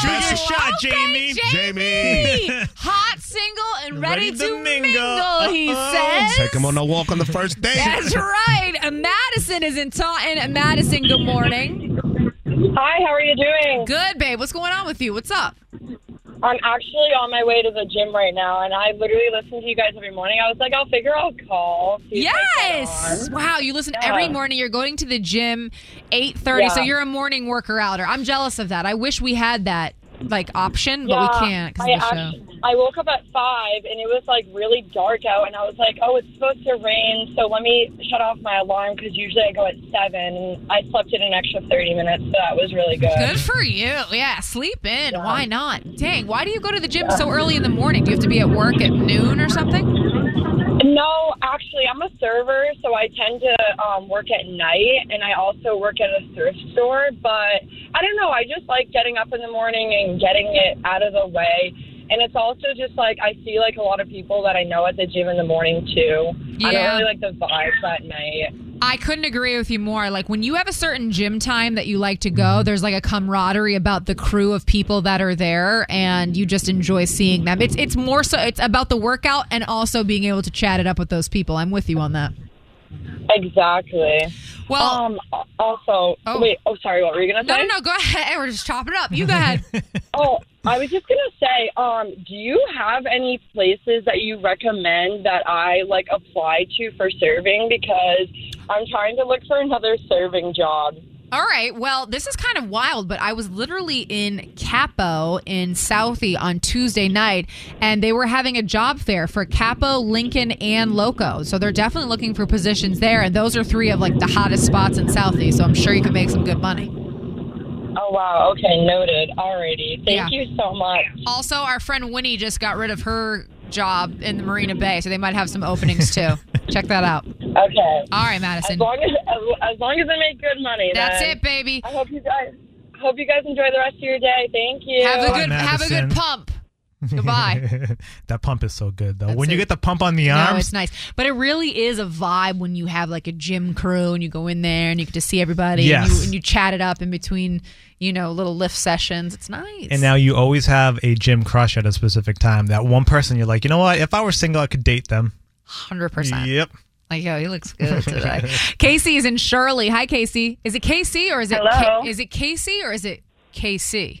Shoot your shot, Jamie.
Jamie. Hot, single, and ready, to mingle, he says.
Take him on a walk on the first date.
That's right. Uh, Madison is in Taunton. Uh, Madison, good morning.
Hi, how are you doing?
Good, babe. What's going on with you? What's up?
I'm actually on my way to the gym right now, and I literally listen to you guys every morning. I was like, I'll figure I'll call. see if I get
Yes.
on.
Wow, you listen
Yeah.
every morning. You're going to the gym 8:30. So
Yeah.
you're a morning worker outer. I'm jealous of that. I wish we had that like option, but
Yeah,
we can't cuz
I,
of the show.
act- I woke up at five, and it was like really dark out, and I was like, oh, it's supposed to rain, so let me shut off my alarm because usually I go at seven. And I slept in an extra 30 minutes, so that was really good.
Good for you. Yeah, sleep in. Why not? Dang, why do you go to the gym so early in the morning? Do you have to be at work at noon or something?
No, actually, I'm a server, so I tend to um, work at night, and I also work at a thrift store. But I don't know, I just like getting up in the morning and getting it out of the way. And it's also just like I see like a lot of people that I know at the gym in the morning too. I don't
Yeah.
really like the vibes at night.
I couldn't agree with you more. Like when you have a certain gym time that you like to go, there's like a camaraderie about the crew of people that are there, and you just enjoy seeing them. It's it's more so it's about the workout and also being able to chat it up with those people. I'm with you on that.
Exactly.
Well,
um, also, wait. Oh, sorry. What were you gonna
No,
say?
no, no. Go ahead. We're just chopping it up. You go ahead.
oh, I was just gonna say, um, do you have any places that you recommend that I like apply to for serving? Because I'm trying to look for another serving job.
All right. Well, this is kind of wild, but I was literally in Capo in Southie on Tuesday night, and they were having a job fair for Capo, Lincoln, and Loco. So they're definitely looking for positions there, and those are three of like the hottest spots in Southie. So I'm sure you can make some good money.
Oh wow. Okay, noted. Alrighty. Thank
Yeah.
you so much.
Also, our friend Winnie just got rid of her job in the Marina Bay, so they might have some openings too. Check that out.
Okay. All
right, Madison.
As long as as, as long as I make good money.
That's
then.
it, baby.
I hope you guys hope you guys enjoy the rest of your day. Thank you.
Have a good, have a good
Madison.
pump. Goodbye.
that pump is so good though. when you get the pump on the
No,
arms,
it's nice. But it really is a vibe when you have like a gym crew and you go in there and you get to see everybody and,
Yes.
you, and you chat it up in between, you know, little lift sessions. It's nice.
and now you always have a gym crush at a specific time. That one person you're like, you know what? If I were single, I could date them.
100%.
Yep.
Like, yo, he looks good today. Casey is in Shirley. Hi, Casey. Is it Casey or is it
Hello?
Ca- is it Casey or is it KC?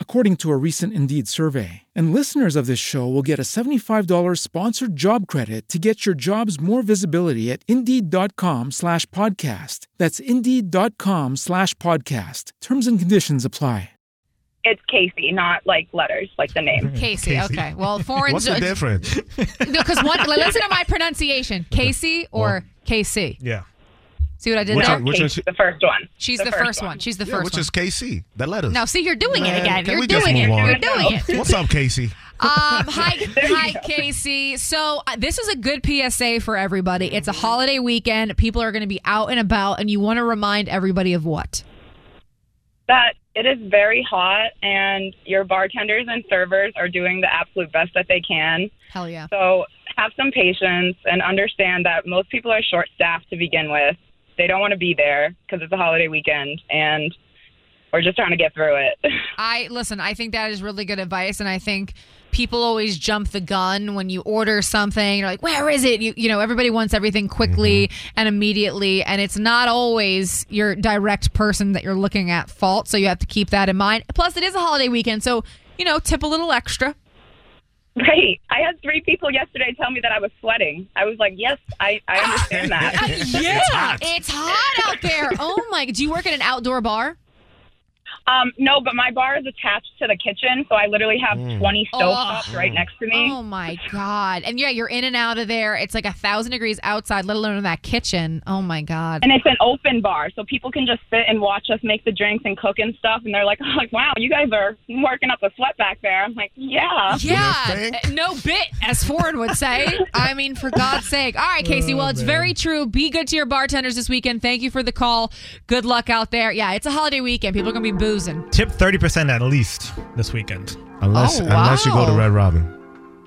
according to a recent Indeed survey. And listeners of this show will get a $75 sponsored job credit to get your jobs more visibility at Indeed.com slash podcast. That's Indeed.com slash podcast. Terms and conditions apply.
It's Casey, not like letters, like the name.
Casey, okay. Well, foreign.
What's the difference?
Because one, li- listen to my pronunciation, Casey or KC.
Yeah.
See what I did
Which
there?
one- which one she- The
first one.
She's the, first, one. She's the
Yeah,
first
which
one.
is KC. The letters.
Now, see, you're doing it
Man,
again.
can
You're
we just
doing it.
move on?
You're doing it.
What's up, Casey?
Um, hi, hi, Casey. So uh, this is a good PSA for everybody. It's a holiday weekend. People are going to be out and about, and you want to remind everybody of what?
that it is very hot and your bartenders and servers are doing the absolute best that they can.
Hell yeah.
So have some patience and understand that most people are short staffed to begin with. They don't want to be there because it's a holiday weekend and we're just trying to get through it.
I listen, I think that is really good advice and I think people always jump the gun when you order something. You're like, "Where is it?" You you know, everybody wants everything quickly and immediately and it's not always your direct person that you're looking at fault, so you have to keep that in mind. Plus it is a holiday weekend, so you know, tip a little extra.
Right. I had three people yesterday tell me that I was sweating. I was like, yes, I, I understand that.
Yeah. It's hot out there. Oh my, do you work at an outdoor bar?
Um, no, but my bar is attached to the kitchen, so I literally have
Mm.
20 stovetops
Oh.
right next to me.
Oh my god. And yeah, you're in and out of there. It's like a 1000 degrees outside, let alone in that kitchen. Oh my god.
And it's an open bar, so people can just sit and watch us make the drinks and cook and stuff. And they're like, oh, like wow, you guys are working up a sweat back there. I'm like, yeah.
Yeah, uh, no bit, as Ford would say. I mean, for God's sake. All right, Casey. Well, it's very true. Be good to your bartenders this weekend. Thank you for the call. Good luck out there. Yeah, it's a holiday weekend. People are gonna be boozing.
Tip 30% at least this weekend.
Unless,
Oh,
unless you go to
wow.
Red Robin.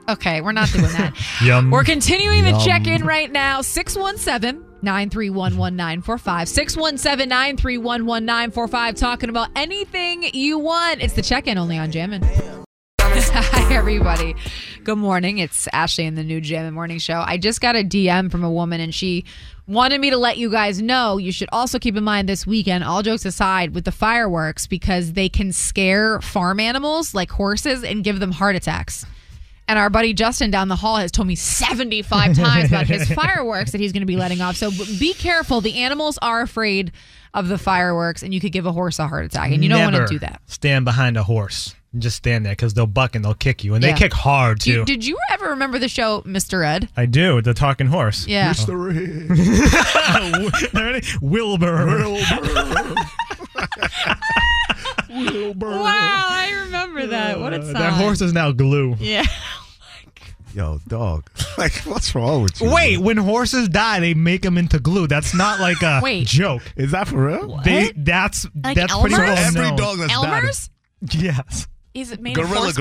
Okay, we're not doing that.
Um,
Yum.
We're continuing the
Yum.
check in right now. 617 931 1945. 617 931 1945. Talking about anything you want. It's the check in only on Jammin'. Hi, everybody. Good morning. It's Ashley in the new Jammin' Morning Show. I just got a DM from a woman, and she wanted me to let you guys know you should also keep in mind this weekend, all jokes aside, with the fireworks, because they can scare farm animals like horses and give them heart attacks. And our buddy Justin down the hall has told me 75 times about his fireworks that he's going to be letting off. So b- be careful. The animals are afraid of the fireworks, and you could give a horse a heart attack, and you don't want
Never
to do that.
Stand behind a horse. Just stand there because they'll buck and they'll kick you. And
Yeah.
they kick hard,
Do
too.
you- did you ever remember the show Mr. Ed?
I do. The talking horse.
Yeah.
Wilbur.
Wow, I remember that. Uh, What a song.
That horse is now glue.
Yeah.
Yo, dog. Like, what's wrong with you?
Wait, when horses die, they make them into glue. That's not like a
Wait.
joke.
Is that for real?
They, that's
Like
that's pretty
Elmer's?
well
Every
known.
dog that's died- Elmer's?
Yes.
Is it made of horse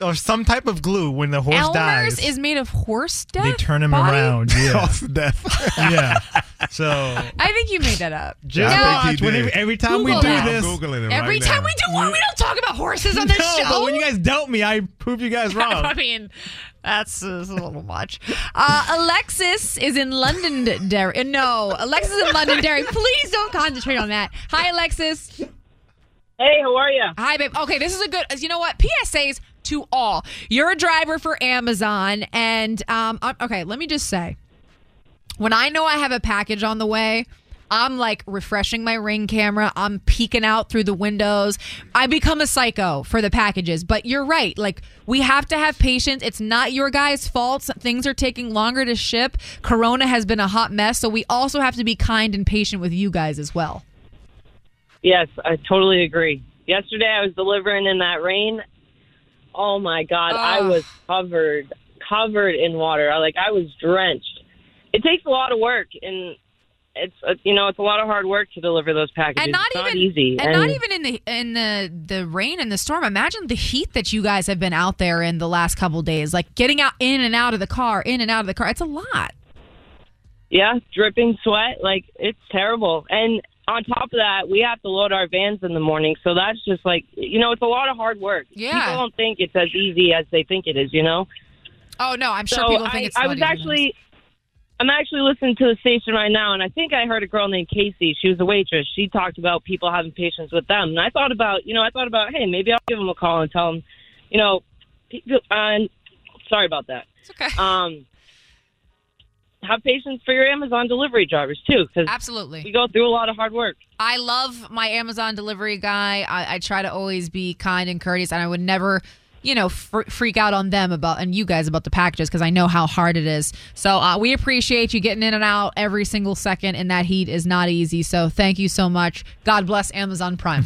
Or some type of glue when the horse
Elmer's
dies.
is made of horse death.
they turn him
body?
around. Yeah.
Horse death.
yeah. So
I think you made that up.
Just
No.
watch when every, every time we
Google
do
that.
this.
every time we do one, we don't talk about horses on this
no,
show.
But when you guys doubt me, I prove you guys
I
wrong.
mean, that's uh, a little much. Uh, Alexis is in Londonderry. No, Alexis is in Londonderry. Please don't concentrate on that. Hi, Alexis. Hey, how are you? Hi, babe. Okay, this is a good. You know what? PSAs to all. You're a driver for Amazon, and um, I- okay, let me just say, when I know I have a package on the way. I'm like refreshing my ring camera. I'm peeking out through the windows. I become a psycho for the packages. But you're right. Like, we have to have patience. It's not your guys' fault. Things are taking longer to ship. Corona has been a hot mess. So we also have to be kind and patient with you guys as well.
Yes, I totally agree. Yesterday I was delivering in that rain. Oh my god, I was covered covered in water. I like I was drenched. It takes a lot of work and it's uh, you know, it's a lot of hard work to deliver those packages.
and not
it's
even
not easy.
and, not even in the in the the rain and the storm. Imagine the heat that you guys have been out there in the last couple days, like getting out in and out of the car, in and out of the car. It's a lot.
Yeah, dripping sweat. Like it's terrible. And on top of that, we have to load our vans in the morning, so that's just like you know, it's a lot of hard work.
Yeah.
people don't think it's as easy as they think it is. You know.
Oh no, I'm sure
So
people think
I,
it's.
I
not
was
even-
actually. I'm actually listening to the station right now, and I think I heard a girl named Casey. She was a waitress. She talked about people having patience with them, and I thought about, you know, I thought about, hey, maybe I'll give them a call and tell them, you know, people. Uh, sorry about that. It's
okay.
Um, have patience for your Amazon delivery drivers too, because
Absolutely.
we go through a lot of hard work.
I love my Amazon delivery guy. I, I try to always be kind and courteous, and I would never, you know, fr- freak out on them about and you guys about the packages because I know how hard it is. So uh, we appreciate you getting in and out every single second, and that heat is not easy. So thank you so much. God bless Amazon Prime.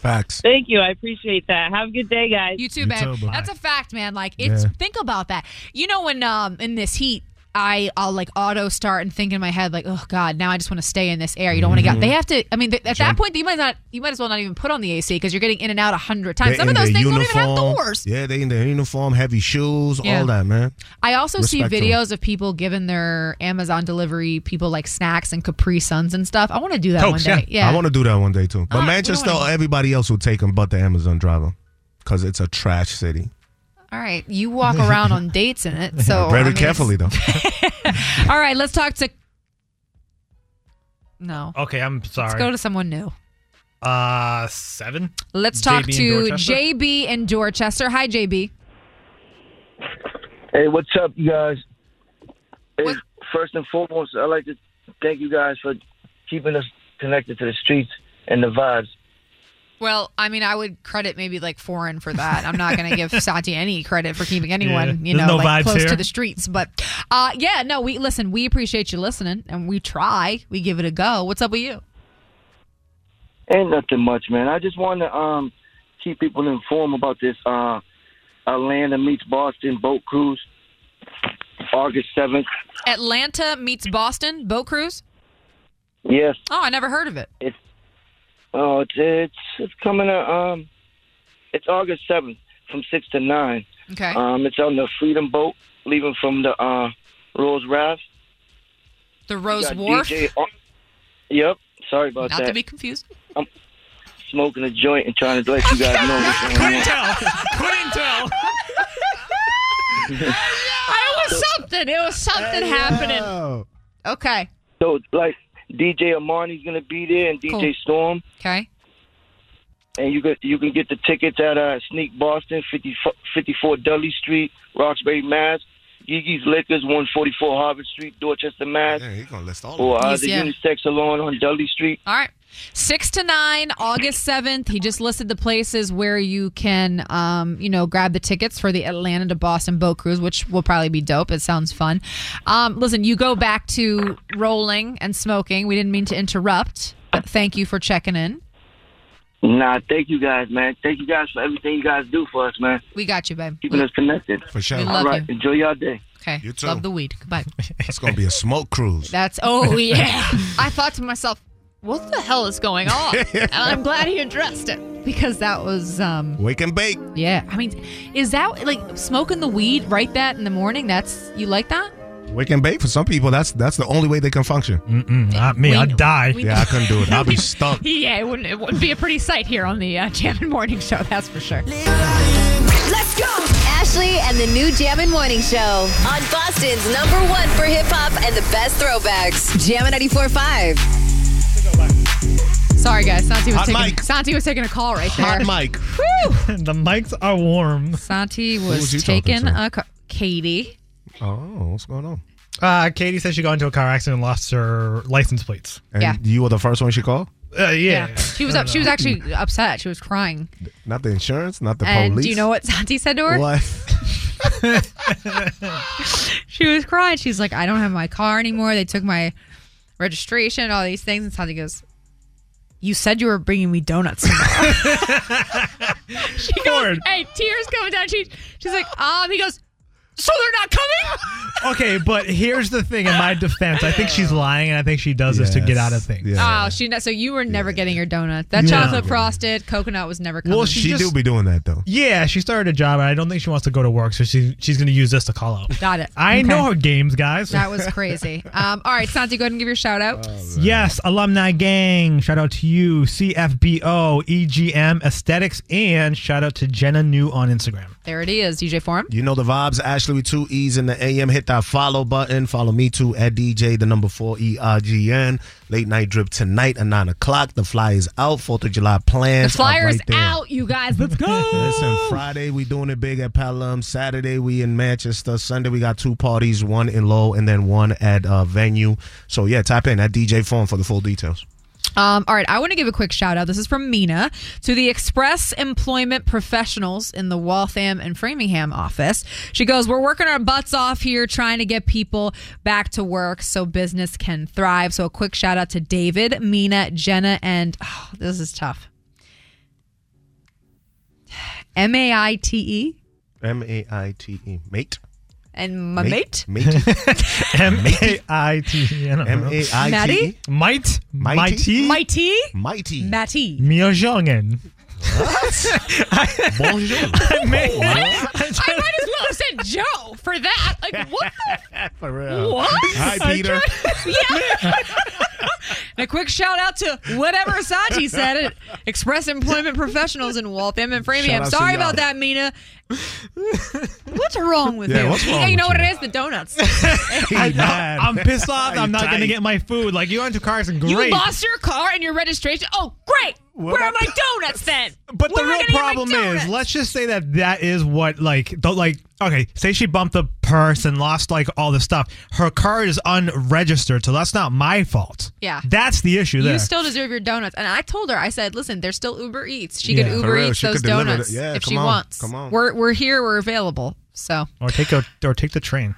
Facts.
Thank you. I appreciate that. Have a good day, guys.
You too, babe. That's a fact, man. Like it's
Yeah.
think about that. You know when um in this heat. I, I'll like auto start and think in my head like oh god now I just want to stay in this air you don't want to get
Mhm.
they have to I mean th- at that
Jump.
point you might not you might as well not even put on the AC because you're getting in and out a hundred times
They
some
in
of those
their
things don't even have doors
Yeah, they in their uniform, heavy shoes,
Yeah.
all that, man.
I also see
Respect to 'em.
videos of people giving their Amazon delivery people like snacks and Capri Suns and stuff I want to do that one day yeah
I want to do that one day too. But
Ah, we
Manchester,
don't wanna-
everybody else will take them, but the Amazon driver, because it's a trash city.
all right you walk around on dates in it so I
very
mean,
carefully though.
it's- all right let's talk to no
Okay, I'm sorry.
let's go to someone new.
uh seven.
Let's talk
JB in
to
Dorchester?
JB in Dorchester. Hi, JB.
Hey, what's up, you guys? Hey, first and foremost, I'd like to thank you guys for keeping us connected to the streets and the vibes.
Well, I mean, I would credit maybe like foreign for that. I'm not going to give Sati any credit for keeping anyone,
Yeah,
you know,
there's no
like
vibes
close to
here.
the streets. But uh, yeah, no, we listen. We appreciate you listening, and we try. We give it a go. What's up with you?
Ain't nothing much, man. I just want to um, keep people informed about this uh, Atlanta meets Boston boat cruise, August seventh.
Atlanta meets Boston boat cruise.
Yes,
Oh, I never heard of it.
oh, it's it's, it's coming. Uh, um, it's August seventh from six to nine.
Okay.
Um, it's on the Freedom boat leaving from the uh, Rose Raft.
the Rose
got
Wharf.
DJ Ar- yep. Sorry about
Not
that.
to be confused.
I'm smoking a joint and trying to let you guys know what's going on.
tell. Couldn't tell.
It was something. It was something happening. Okay.
So, like, DJ Armani's gonna be there and DJ
Cool.
Storm.
Okay.
And you can you can get the tickets at uh, Sneak Boston, 50, 54 Dudley Street, Roxbury, Mass. Gigi's Liquors, one forty four Harvard Street, Dorchester, Mass.
Yeah, he's gonna list all.
Or uh,
Yes,
the
yeah.
Unisex Salon on Dudley Street.
All right. Six to nine, August seventh. He just listed the places where you can, um, you know, grab the tickets for the Atlanta to Boston boat cruise, which will probably be dope. It sounds fun. Um, listen, you go back to rolling and smoking. We didn't mean to interrupt, but thank you for checking in.
Nah, thank you guys, man. Thank you guys for everything you guys do for us, man.
We got you, babe.
Keeping us connected.
For sure.
We love
All right, enjoy y'all day.
Okay.
You too.
Love the weed. Goodbye.
It's gonna be a smoke cruise.
That's oh yeah. I thought to myself, what the hell is going on? And I'm glad he addressed it because that was um,
Wake and bake.
Yeah, I mean, is that like smoking the weed right that in the morning? That's you like that?
Wake and bake for some people. That's that's the only way they can function. Mm-mm, not me. I'd die.
we
Yeah, I couldn't do it. I'd be stuck.
Yeah, it wouldn't. It wouldn't be a pretty sight here on the uh, Jam and Morning Show. That's for sure.
Let's go! Ashley and the new Jammin' Morning Show on Boston's number one for hip hop and the best throwbacks. Jammin' 94.5.
Sorry, guys. Santi was
Hot
taking
mic.
Santi was taking a call right there.
the mics are warm.
Santi
was
was
you talking
taking
to?
a ca- Katie.
Oh, what's going on?
Uh, Katie said she got into a car accident and lost her license plates.
And
Yeah.
you were the first one she called?
Uh, yeah.
She was up. She was actually upset. She was crying.
Not the insurance, not the
and
police.
do you know what Santi said to her?
What?
She was crying. She's like, I don't have my car anymore. They took my registration, all these things. And Santi goes, You said you were bringing me donuts tomorrow. she goes, Hey, tears coming down. She, she's like, Um, he goes, So they're not coming?
Okay, but here's the thing in my defense. I think she's lying, and I think she does this to get out of things.
Oh, she not, so you were never getting your donut. That
No.
chocolate frosted coconut was never coming.
Well, she She just- do
be doing that, though.
Yeah, she started a job, and I don't think she wants to go to work, so she, she's going to use this to call out.
Got it.
I
Okay.
know her games, guys.
That was crazy. Um, all right, Santi, go ahead and give your shout out.
Yes, alumni gang. Shout out to you, CFBO, EGM E Aesthetics, and shout out to Jenna New on Instagram.
There it is, DJ Forum.
You know the vibes. Ashley with two E's in the AM. Hit that follow button. Follow me too at DJ, the number four E ERGN. Late night drip tonight at 9 o'clock. The flyer is out. 4th of July
The
plans. are
flyer is
right there.
out, you guys. Let's go.
Listen, Friday we doing it big at Pelham. Saturday we in Manchester. Sunday we got two parties, one in Lowell and then one at uh, venue. So yeah, tap in at DJ Phone for the full details.
Um, all right, I want to give a quick shout out. This is from Mina to the Express Employment Professionals in the Waltham and Framingham office. She goes, We're working our butts off here trying to get people back to work so business can thrive. So, a quick shout out to David, Mina, Jenna, and oh, this is tough M A I T E
M A I T E. Mate.
and my mate.
Mate. M A I T E. M A I T E.
Matty?
Might.
Mighty?
Mighty?
Mighty.
Matty.
Mia Jongen.
Bonjour. Oh,
I may-
I might as well have said Joe for that. Like, what the?
For
real. What?
Hi, Peter.
yeah. and a quick shout out to whatever Santi said at Express Employment Professionals in Waltham and Framingham.
Shout out to
Sorry
y'all.
about that, Mina. What's wrong with
Yeah,
you?
what's wrong
you know
with
what it is? The donuts.
I, am pissed off.
You
I'm not going
tight.
to get my food. Like, you went to cars and great.
You lost your car and your registration. Oh, great. Where are my donuts then?
But
Where am I
the real
gonna get my
problem
donuts?
is, let's just say that that is what like the like okay, say she bumped the purse and lost like all the stuff. Her car is unregistered, so that's not my fault.
Yeah.
That's the issue there.
You still deserve your donuts. And I told her, I said, listen, there's still Uber Eats. She
Yeah.
could
For
Uber
real,
Eats
she
those
could deliver
donuts
the- yeah,
if
come
she
on,
wants.
come on.
We're, we're here. We're available. So,
or take a or take the train.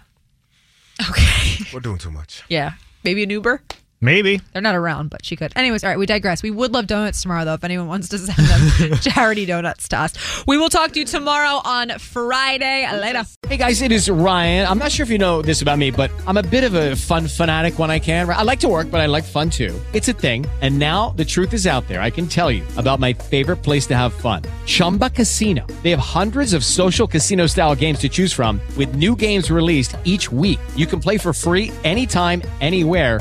We're doing too much.
yeah, maybe an Uber.
Maybe.
They're not around, but she could. Anyways, all right, we digress. We would love donuts tomorrow, though, if anyone wants to send them charity donuts to us. We will talk to you tomorrow on Friday. Later.
Hey guys, it is Ryan. I'm not sure if you know this about me, but I'm a bit of a fun fanatic when I can. I like to work, but I like fun too. It's a thing. And now the truth is out there. I can tell you about my favorite place to have fun Chumba Casino. They have hundreds of social casino style games to choose from, with new games released each week. You can play for free anytime, anywhere.